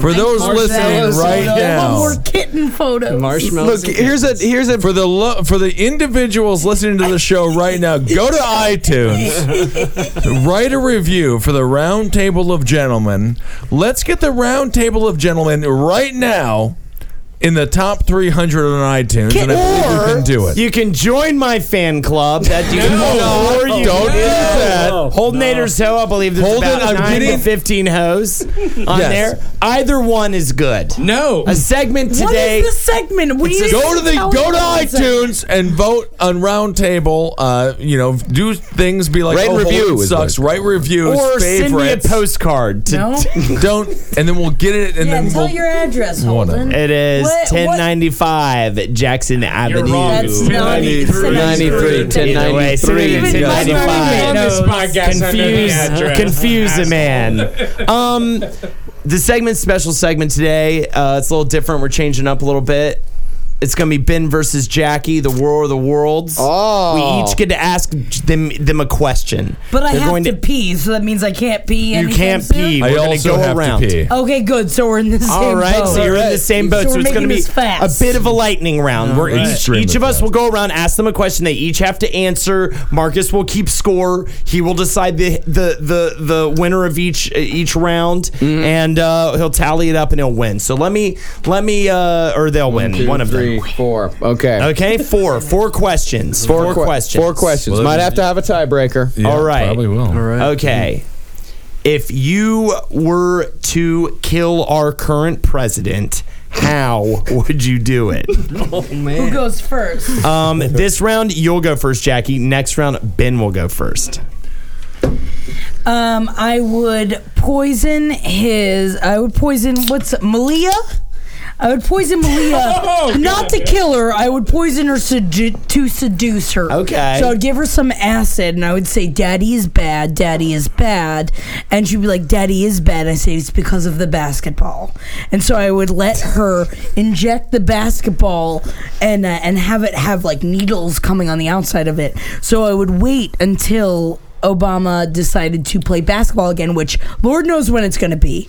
S8: for those listening right
S10: One
S8: now,
S10: more kitten photos.
S8: Look, here's a here's a for the lo- for the individuals listening to the show right now. Go to iTunes, write a review for the Round Table of Gentlemen. Let's get the Round Table of Gentlemen right now in the top 300 on iTunes, and I believe we can do it.
S12: You can join my fan club that you
S8: No,
S12: or you
S8: don't do that. No,
S12: Hold Nader's Hoe, I believe there's
S8: Hold it,
S12: about
S8: I'm
S12: nine
S8: getting-
S12: to fifteen hoes on
S8: Yes.
S12: there. Either one is good.
S14: No.
S12: A segment
S10: What
S12: today.
S10: is the segment? What
S12: It's
S10: do
S12: a-
S10: you
S8: go to the
S10: tell
S8: go
S10: me
S8: to
S10: about the segment?
S8: iTunes and vote on Roundtable. Uh, you know, do things. Be like,
S2: Rate
S8: oh,
S2: and review
S8: Holden
S2: is
S8: sucks.
S2: what-
S8: Write reviews.
S12: or send me a
S8: favorites.
S12: postcard to
S10: No?
S8: Don't, and then we'll get it, and
S10: Yeah,
S8: then
S10: tell
S8: we'll.
S10: your address,
S8: Whatever.
S10: Holden.
S12: It is
S10: What- what-
S12: 1095 at Jackson Avenue.
S14: wrong.
S10: That's not even-
S2: 93,
S12: Either way, send me
S2: 1093.
S12: to
S14: Even my
S12: 1095.
S14: friend knows podcast under the
S12: Confuse,
S14: address.
S12: confuse a man. Um, the segment, special segment today, uh, it's a little different. We're changing up a little bit. It's gonna be Ben versus Jackie, the War of the Worlds.
S2: Oh.
S12: we each get to ask them them a question.
S10: But I
S12: They're
S10: have
S12: going
S10: to pee, so that means I can't pee.
S12: You
S10: anytime
S12: can't
S10: soon?
S12: pee.
S8: I
S12: We're gonna
S8: also
S12: go
S8: have
S12: around.
S8: to pee.
S10: Okay, good. So we're in the same
S12: All right,
S10: boat.
S12: so you're in the same boat. So,
S10: we're
S12: it's going
S10: making
S12: to be
S10: this fast.
S12: a bit of a lightning round. We're
S8: Right.
S12: each,
S8: Extremely
S12: each of us
S8: fast.
S12: will go around, ask them a question. They each have to answer. Marcus will keep score. He will decide the the the, the winner of each uh, each round, and uh, he'll tally it up and he'll win. So let me let me uh, or they'll win
S2: Two,
S12: one of
S2: three,
S12: them.
S2: four. Okay.
S12: Okay, four four questions. Four,
S2: que-
S12: questions.
S2: Four questions.
S8: Well,
S2: Might have to have a tiebreaker.
S8: Yeah,
S12: All right.
S8: Probably will.
S11: All right.
S12: Okay. If you were to kill our current president, how (laughs) would you do it?
S10: Who goes first?
S12: Um, this round, you'll go first, Jackie. Next round, Ben will go first.
S10: Um, I would poison his. I would poison what's Malia. I would poison Malia, not to kill her. I would poison her sedu- to seduce her.
S12: Okay.
S10: So I'd give her some acid, and I would say, "Daddy is bad. Daddy is bad," and she'd be like, "Daddy is bad." I say, "It's because of the basketball," and so I would let her inject the basketball and uh, and have it have like needles coming on the outside of it. So I would wait until Obama decided to play basketball again, which Lord knows when it's going to be.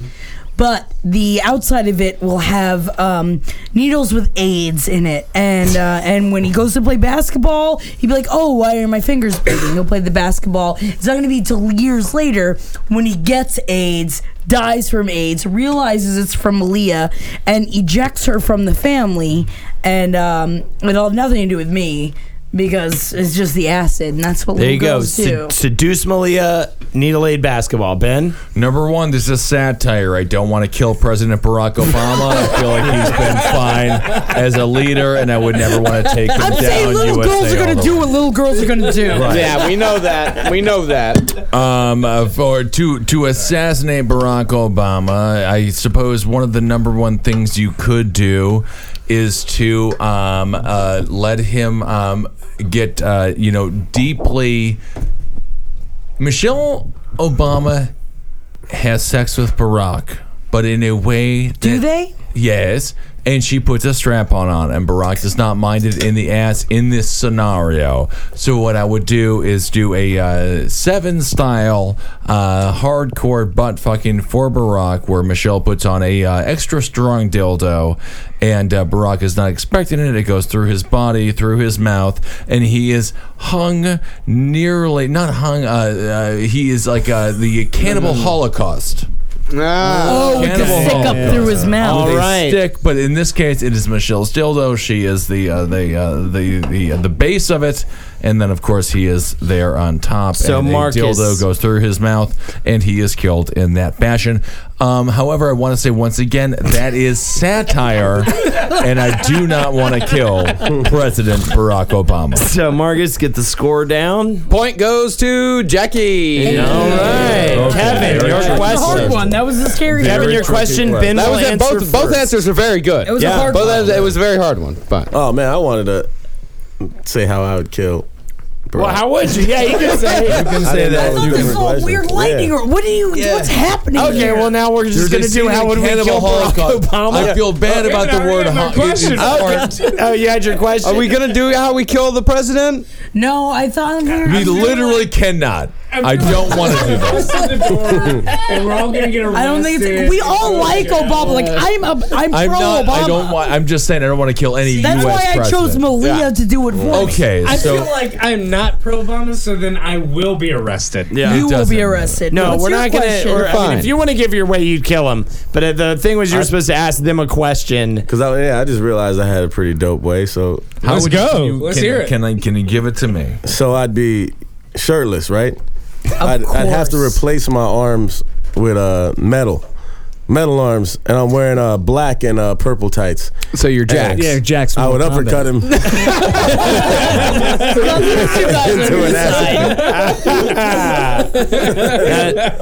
S10: But the outside of it will have um, needles with AIDS in it, and uh, and when he goes to play basketball, he'd be like, "Oh, why are my fingers bleeding?" He'll play the basketball. It's not going to be till years later when he gets AIDS, dies from AIDS, realizes it's from Leah, and ejects her from the family, and um, it'll have nothing to do with me because it's just the acid, and that's what
S12: There you
S10: little
S12: go.
S10: girls do.
S12: Sed- seduce Malia, needle aid basketball. Ben?
S8: Number one, this is satire. I don't want to kill President Barack Obama. I feel like he's
S10: (laughs)
S8: been fine as a leader, and I would never want to take him
S10: I'm
S8: down.
S10: saying little
S8: USA
S10: girls are
S8: all
S10: going
S8: the
S10: to
S8: way.
S10: do what little girls are going to do.
S8: Right.
S2: Yeah, we know that. We know
S12: (laughs)
S2: that.
S8: Um, uh, for to to assassinate Barack Obama, I suppose one of the number one things you could do is to um, uh, let him um, get uh, you know deeply. Michelle Obama has sex with Barack, but in a way that, do
S10: they?
S8: Yes, and she puts a strap on on, him, and Barack does not mind it in the ass in this scenario. So what I would do is do a uh, seven style uh, hardcore butt fucking for Barack, where Michelle puts on a uh, extra strong dildo, and uh, Barack is not expecting it. It goes through his body, through his mouth, and he is hung nearly not hung. Uh, uh, he is like uh, the cannibal holocaust.
S10: Oh, with the stick up through his mouth.
S8: All right. Stick, but in this case, it is Michelle's dildo. She is the uh, the uh, the the, uh, the base of it, and then of course he is there on top.
S2: So
S8: and a
S2: Marcus-
S8: dildo goes through his mouth, and he is killed in that fashion. Um, however, I want to say once again that is
S12: (laughs)
S8: satire, and I do not want to kill President Barack Obama.
S12: So Marcus, get the score down.
S2: Point goes to Jackie.
S12: All right,
S8: Okay.
S12: Kevin,
S8: Very
S10: That
S8: tricky
S12: your
S10: was a
S12: question.
S10: hard one. That was a scary
S12: Kevin,
S10: one.
S12: your question, Ben
S2: That
S12: will
S2: was it.
S12: answer
S2: Both, both
S12: first.
S2: answers are very good.
S10: It was a Yeah. hard
S2: both
S10: one.
S2: ans- it was a very hard one. But
S13: Oh man, I wanted to say how I would kill. Barack.
S12: Well, how would you? Yeah, you can (laughs) say.
S13: You can
S10: I
S13: say that.
S10: thought this was all weird lightning. Or what are you? What's happening?
S12: Okay,
S10: here?
S12: well now we're just
S8: You're
S12: gonna do
S8: defeating
S12: how would we
S8: Cannibal
S12: kill Barack
S2: (laughs)
S8: Holocaust.
S12: Obama?
S8: I feel bad about the word
S12: question.
S8: holocaust.
S12: Oh, you had your question.
S2: Are we gonna do how we kill the president?
S10: No, I thought
S8: We literally cannot. I don't want to do this. (laughs)
S14: and we're all gonna get arrested.
S10: I don't think it's. We all like Obama. Like I'm, a, I'm,
S8: I'm
S10: pro
S8: not.
S10: Obama.
S8: I don't want. I'm just saying. I don't want to kill any
S10: That's
S8: U.S.
S10: why I
S8: president.
S10: chose Malia to do it for. me.
S8: Okay,
S14: I
S8: so
S14: feel like I'm not pro Obama, so then I will be arrested.
S12: Yeah.
S10: you will
S8: doesn't
S10: be
S8: matter.
S10: arrested.
S12: No,
S10: What's
S12: we're
S10: your
S12: not gonna.
S10: question?
S12: Or, I mean, if
S13: Fine.
S12: you want to give your way, you'd kill him. But uh, the thing was, you were supposed to ask them a (laughs) question.
S13: Because I, yeah, I just realized I had a pretty dope way. So
S8: how
S14: Let's
S8: would you-
S14: go.
S8: can You,
S14: Let's
S8: can,
S14: hear it.
S8: Can I? Can you give it to me?
S13: so I'd be shirtless, right? I'd, I'd have to
S10: course.
S13: replace my arms with uh, metal, metal arms, and I'm wearing uh, black and uh, purple tights.
S2: So you're Jax.
S13: And
S11: Yeah, Jack's.
S13: I would
S11: Mortal
S13: uppercut him. (laughs)
S10: Into
S13: an
S12: Uh,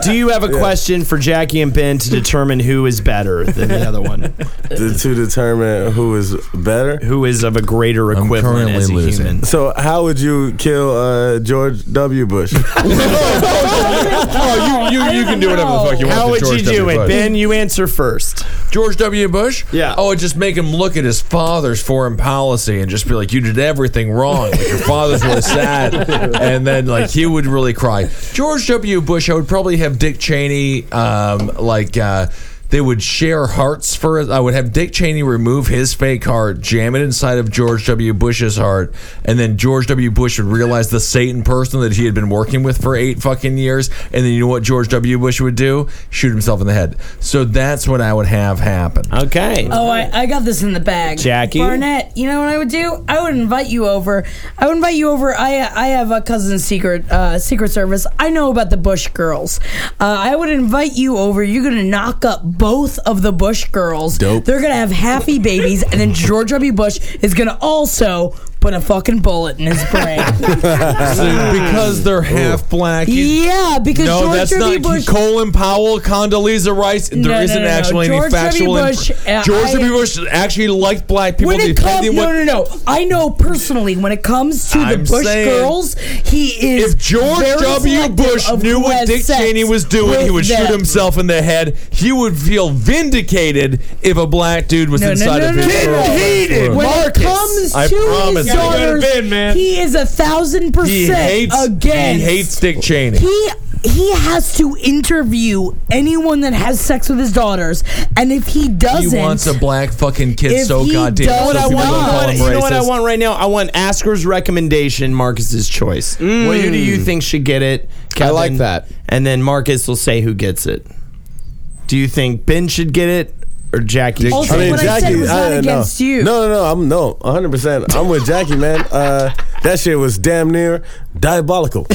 S12: do you have a question for Jackie and Ben to determine who is better than the other one?
S13: to, to determine who is better.
S12: Who is of a greater
S8: I'm
S12: equivalent
S8: currently
S12: as a
S8: losing.
S12: human?
S13: So how would you kill uh, George W. (laughs) Bush?
S8: Oh, you you, you can do whatever the fuck you want.
S12: How
S8: to
S12: would
S8: George
S12: you
S8: W.
S12: do it,
S8: Bush.
S12: Ben? You answer first.
S8: George W. Bush?
S12: Yeah.
S8: Oh, I'd just make him look at his father's foreign policy and just be like, "You did everything wrong. Like, your father's really sad," and then like he would really cry. George W. Bush, I would probably have Dick Cheney, um, like. Uh, they would share hearts for it. I would have Dick Cheney remove his fake heart, jam it inside of George W. Bush's heart, and then George W. Bush would realize the Satan person that he had been working with for eight fucking years. And then you know what George W. Bush would do? Shoot himself in the head. So that's what I would have happen.
S12: Okay.
S10: Oh, I, I got this in the bag.
S12: Jackie?
S10: Barnett, you know what I would do? I would invite you over. I would invite you over. I uh, I have a cousin's secret uh, secret service. I know about the Bush girls. Uh, I would invite you over. You're gonna knock up both of the Bush girls.
S13: Dope.
S10: They're gonna have happy babies, and then George W. Bush is gonna also put a fucking bullet in his brain.
S8: (laughs) because they're half black. you-
S10: yeah, because
S8: no,
S10: George
S8: that's
S10: W.
S8: not
S10: Bush.
S8: Colin Powell, Condoleezza Rice. There
S10: No, no,
S8: not
S10: no, no.
S8: actually any
S10: George W.
S8: factual. inf-
S10: Bush, uh,
S8: George
S10: I-
S8: W. Bush actually liked black people.
S10: When it comes,
S8: defending
S10: no,
S8: what-
S10: no, no. I know personally when it comes to the
S8: I'm
S10: Bush
S8: saying,
S10: girls, he is.
S8: If George
S10: very
S8: W.
S10: selective
S8: Bush
S10: of
S8: knew
S10: who
S8: what
S10: has
S8: Dick
S10: sex
S8: Cheney was doing, he
S10: with
S8: would
S10: them.
S8: shoot himself in the head. He would feel vindicated if a black dude was
S10: No, no,
S8: inside
S10: no,
S8: of
S10: no,
S8: his
S10: no, no,
S8: girl.
S10: no.
S12: Hated.
S10: When
S12: Marcus,
S10: it comes
S8: I
S10: to his
S8: promise you. You
S10: daughters,
S14: been, man.
S10: he is a thousand
S8: He
S10: percent
S8: hates.
S10: against.
S8: He hates Dick Cheney.
S10: He he has to interview anyone that has sex with his daughters, and if he
S8: He
S10: doesn't,
S8: wants a black fucking kid
S10: If
S8: so
S10: he
S8: goddamn.
S10: does-
S8: so
S10: What I
S8: people don't
S10: want-
S9: Uh,
S8: call him
S12: you know what I
S8: racist.
S12: want right now? I want Asker's recommendation, Marcus's choice. Well, who do you think should get it? Kevin,
S2: like that.
S12: And then Marcus will say who gets it. Do you think Ben should get it or Jackie? should
S10: Also,
S12: get
S10: I
S12: it?
S10: what I said was not
S13: don't know.
S10: against you.
S13: No, no, no. I'm no, 100. percent I'm with Jackie, man. Uh, that shit was damn near Diabolical.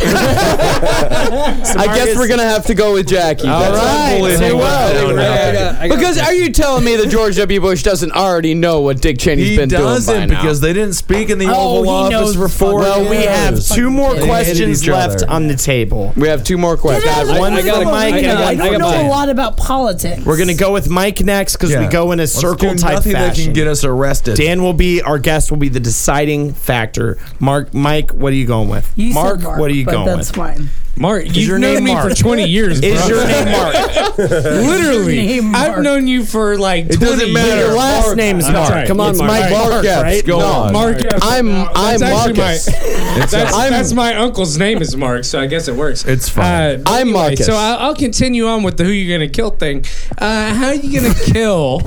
S2: I guess we're gonna have to go with Jackie.
S13: All (laughs)
S2: That's
S13: right,
S2: unbelievable.
S13: say what?
S9: uh,
S2: That
S13: I
S2: would
S13: got-
S2: happen.
S13: I got- I got-
S2: Because are you telling me that George W. Bush doesn't already know what Dick Cheney's
S8: He
S2: been doing by
S8: doesn't
S2: now?
S8: because they didn't speak in the
S2: Oh,
S8: Oval
S2: he
S8: Office
S2: knows
S8: for four
S2: fucking
S8: years.
S2: well, we have
S9: Two more
S2: They hated
S9: questions
S2: each
S9: left
S2: other.
S9: on the table.
S2: We have two more questions.
S9: I got one
S10: I,
S9: for
S10: gotta-
S9: Mike
S10: I,
S9: and one
S10: gotta- I
S9: for
S10: don't know
S9: Mike.
S10: a lot about politics.
S9: We're gonna go with Mike next because
S8: Yeah.
S9: we go in a
S8: Let's
S9: circle
S8: do
S9: type
S8: nothing that can
S9: fashion.
S8: get us arrested.
S9: Dan will be our guest. Will be the deciding factor. Mark, Mike, what are you going with?
S10: You said
S9: Mark, what are you
S10: but
S9: going
S10: that's
S9: with?
S10: fine.
S14: Mark,
S9: Is
S14: you've
S9: your
S14: known
S9: name
S14: me
S9: Mark?
S14: for 20 years.
S9: Is
S14: bro.
S9: your name
S14: Mark? Literally,
S10: Is your name
S14: I've
S10: Mark?
S14: known you for like 20
S2: It doesn't matter.
S14: years.
S2: Your last
S14: Mark.
S2: name's
S14: That's
S2: Mark.
S14: right.
S2: Come on,
S14: It's
S2: Mark.
S14: Mike
S2: Mark Epps, go
S14: no,
S2: on.
S14: Mark. Epps.
S2: I'm-
S14: No, that's
S2: I'm
S14: actually
S2: Marcus.
S14: My,
S2: It's-
S14: that's,
S2: I'm-
S14: that's my uncle's name is Mark, so I guess it works. It's fine.
S2: I'm Marcus.
S14: So I'll, I'll continue on with the who you're gonna kill thing. Uh, how are you gonna (laughs) kill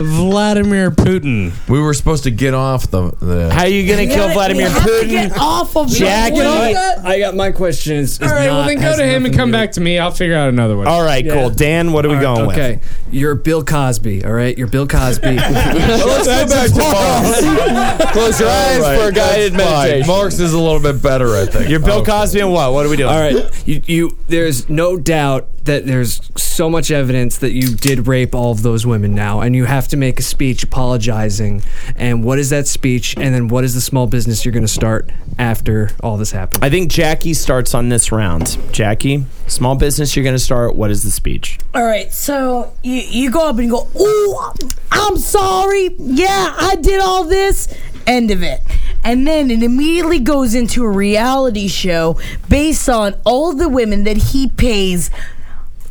S14: Vladimir Putin?
S8: We were supposed to get off the. the
S9: How you gonna
S14: kill Vladimir Putin?
S10: off of
S14: Jackie.
S11: I got my question. Is, is
S14: All right, well
S11: not-
S14: then
S11: has
S14: go to him
S11: nothing
S14: and come back to me. I'll figure out another one.
S9: All right, cool. Dan, what are we
S11: All right,
S9: going
S11: okay. You're Bill Cosby, all right? You're Bill Cosby.
S8: Let's go back to Marx.
S2: Close your eyes for a guided meditation.
S8: Marx is a little bit better, I think.
S9: You're Bill Cosby and what? What are we doing?
S11: All right. You, you there's no doubt that there's so much evidence that you did rape all of those women now and you have to make a speech apologizing. And what is that speech and then what is the small business you're going to start after all this happened?
S9: I think Jackie starts on this round. Jackie, small business, you're going to start. What is the speech?
S10: All right, so you, you go up and you go, ooh, I'm sorry. Yeah, I did all this. End of it. And then it immediately goes into a reality show based on all the women that he pays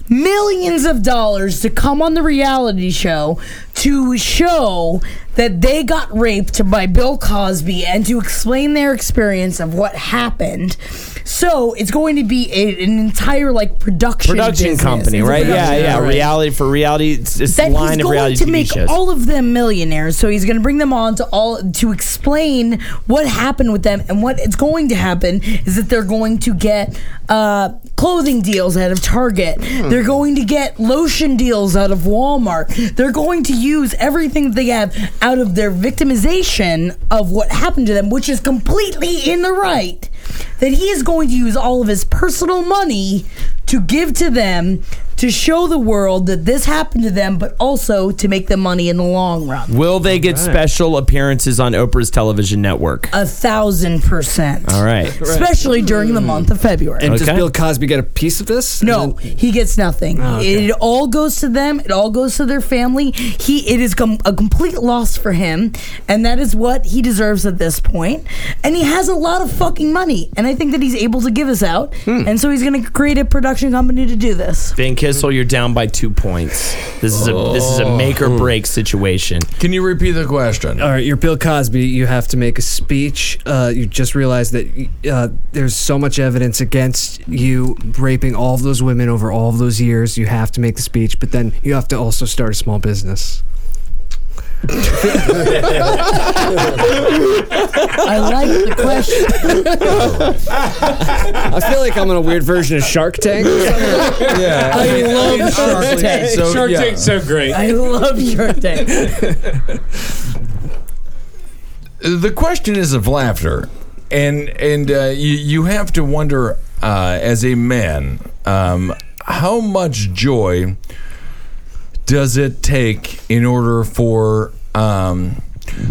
S10: millions of dollars to come on the reality show to show that they got raped by Bill Cosby and to explain their experience of what happened. So it's going to be a, an entire like production
S9: Production
S10: business.
S9: company,
S10: It's a
S9: right? Yeah,
S10: production
S9: yeah.
S10: company.
S9: Reality for reality. It's, it's
S10: That
S9: line
S10: he's
S9: of
S10: going
S9: reality
S10: to
S9: TV
S10: make
S9: shows.
S10: all of them millionaires, so he's going to bring them on to all to explain what happened with them, and what it's going to happen is that they're going to get uh, clothing deals out of Target,
S9: Hmm.
S10: they're going to get lotion deals out of Walmart, they're going to use everything they have out of their victimization of what happened to them, which is completely in the right. That he is going to use all of his personal money to give to them to show the world that this happened to them, but also to make them money in the long run.
S9: Will they get special appearances on Oprah's television network?
S10: A thousand percent.
S9: All right.
S10: Especially during the month of February.
S11: And does Bill Cosby get a piece of this?
S10: no, he gets nothing.
S11: Oh, okay.
S10: It all goes to them. It all goes to their family. He, it is com- a complete loss for him, and that is what he deserves at this point. And he has a lot of fucking money, and I think that he's able to give us out.
S9: Hmm.
S10: And so he's going to create a production company to do this.
S9: Van Kissel, you're down by two points. This is a this is a make or break situation.
S8: Can you repeat the question?
S11: All right, you're Bill Cosby. You have to make a speech. Uh, you just realized that uh, there's so much evidence against you raping all of those women over all of those years. You have to make the speech, but then you have to also start a small business.
S10: I like the question.
S11: I feel like I'm on a weird version of Shark
S14: (laughs)
S11: Tank.
S8: Yeah.
S11: I love
S14: Shark Tank.
S8: So,
S14: Shark
S8: yeah.
S14: Tank's so
S10: (laughs)
S14: great.
S10: I love your thing.
S8: the question is of laughter, and and uh, you you have to wonder uh, as a man um, how much joy does it take in order for um,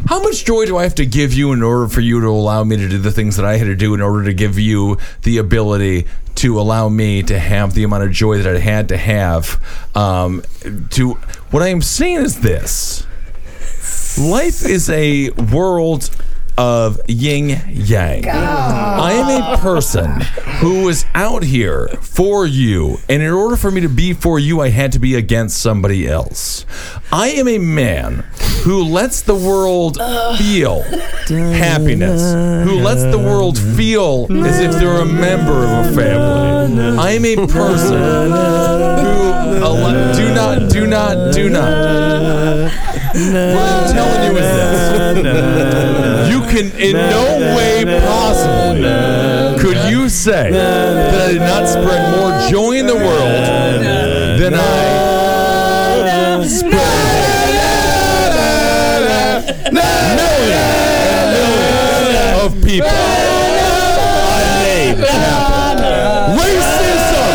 S8: how much joy do I have to give you in order for you to allow me to do the things that I had to do in order to give you the ability to allow me to have the amount of joy that I had to have um, to what I am seeing is this life is a world of yin yang. I am a person who is out here for you, and in order for me to be for you, I had to be against somebody else. I am a man who lets the world feel happiness, who lets the world feel as if they're a member of a family. I am a person who ele- do not, do not, do not. What I'm telling you is this. You can in no way possibly could you say that I did not spread more joy in the world than I spread millions of people. I made racism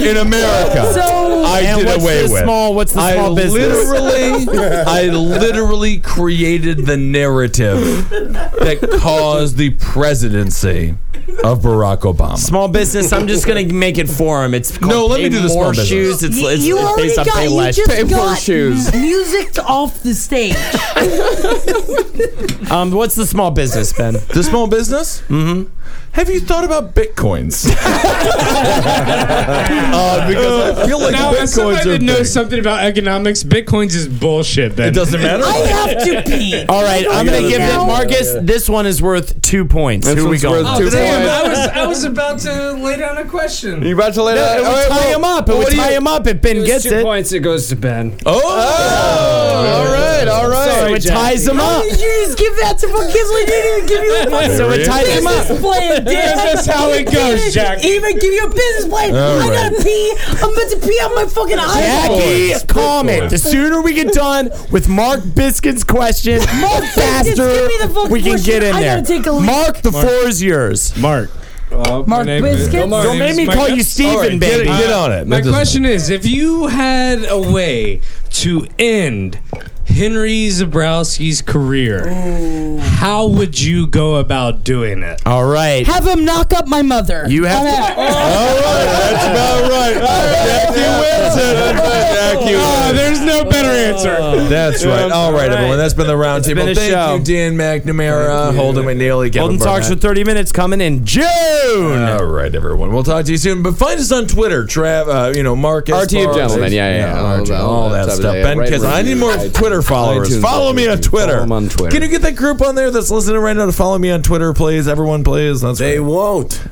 S8: in America.
S12: So-
S8: I
S12: And
S8: did
S12: what's
S8: away
S12: the
S8: with.
S12: small- what's the small
S8: I (laughs)
S12: business?
S8: Literally, I literally created the narrative that caused the presidency of Barack Obama.
S12: Small business. I'm just gonna make it for him. It's called
S8: No, let me
S12: Pay
S8: do the small
S12: more
S8: business.
S12: shoes. It's, it's,
S10: you
S12: it's
S10: already
S12: based on
S10: got
S12: pay
S10: you
S12: less.
S10: just got music off the
S12: (laughs)
S10: stage.
S12: Um, what's the small business, Ben?
S8: The small business? Mm-hmm. Have you thought about Bitcoins? (laughs) uh, because I feel like
S14: now, as
S8: Bitcoins
S14: somebody
S8: are
S14: that
S8: big.
S14: knows something about economics, bitcoins is bullshit. Then
S8: It doesn't matter. I
S10: have to pee.
S12: All right, I'm gonna give it,
S14: that
S12: Marcus. This one is worth two points.
S14: This
S12: Who we
S14: one's
S12: going?
S14: worth two Oh, Damn, I was I was about to lay down a question.
S2: You about to lay
S12: No,
S2: down?
S12: it would
S2: all right,
S12: tie
S2: well,
S12: him up. It
S2: what
S12: would
S2: do you-
S12: tie him up if Ben
S11: It was
S12: gets
S11: two
S12: it.
S11: points. It goes to Ben.
S8: Oh,
S2: all right, all right.
S12: So it ties him
S10: How
S12: up.
S10: did you just give that to fucking Kinsley? Didn't even give you a fucking
S12: (laughs) So it ties him up.
S10: business
S12: (laughs)
S10: plan, Dan.
S12: That's how it
S10: Didn't
S12: goes, Jack.
S10: (laughs) Even give you a business plan.
S12: All
S10: I gotta pee. I'm about to pee on my fucking
S12: Jackie,
S10: eyeball.
S12: calm it. The sooner we get done with Mark Biscuit's question,
S10: (laughs) Mark Biscuits,
S12: faster
S10: give me the fucking
S12: we can get
S10: question.
S12: in
S10: I
S12: there.
S10: gotta take a leak.
S12: Mark, the floor is yours.
S8: Mark.
S10: Mark Biscuits?
S12: Don't make me call you Steven, baby.
S14: My question is, if you had a way to end Henry Zabrowski's career, how would you go about doing it?
S12: All right.
S10: Have him knock up my mother.
S14: You
S10: I'm
S14: have
S10: out.
S8: That's about
S14: (laughs)
S8: right. Jackie wins it. Jackie wins it.
S14: Oh, There's no better answer.
S8: That's right. All right, everyone. That's been the roundtable.
S12: been a
S8: Thank
S12: show.
S8: you, Dan McNamara, Holden McNeely, Kevin
S12: Golden Talks
S8: Barnett.
S12: for 30 minutes coming in June.
S8: All right, everyone. We'll talk to you soon. But find us on Twitter, Trav. Uh, you know, Marcus.
S2: RT of
S8: Barnes,
S2: gentlemen, yeah, yeah, all
S8: RT,
S2: that-
S8: all,
S2: all
S8: that
S2: that
S8: stuff.
S2: type of-
S8: Ben
S2: yeah,
S8: Kissel.
S2: right,
S8: I need more
S2: right.
S8: Twitter followers.
S2: iTunes,
S8: follow me on
S2: iTunes.
S8: Twitter.
S2: Follow 'em on Twitter.
S8: Can you get that group on there that's listening right now to follow me on Twitter, please? Everyone, please. That's they
S13: won't.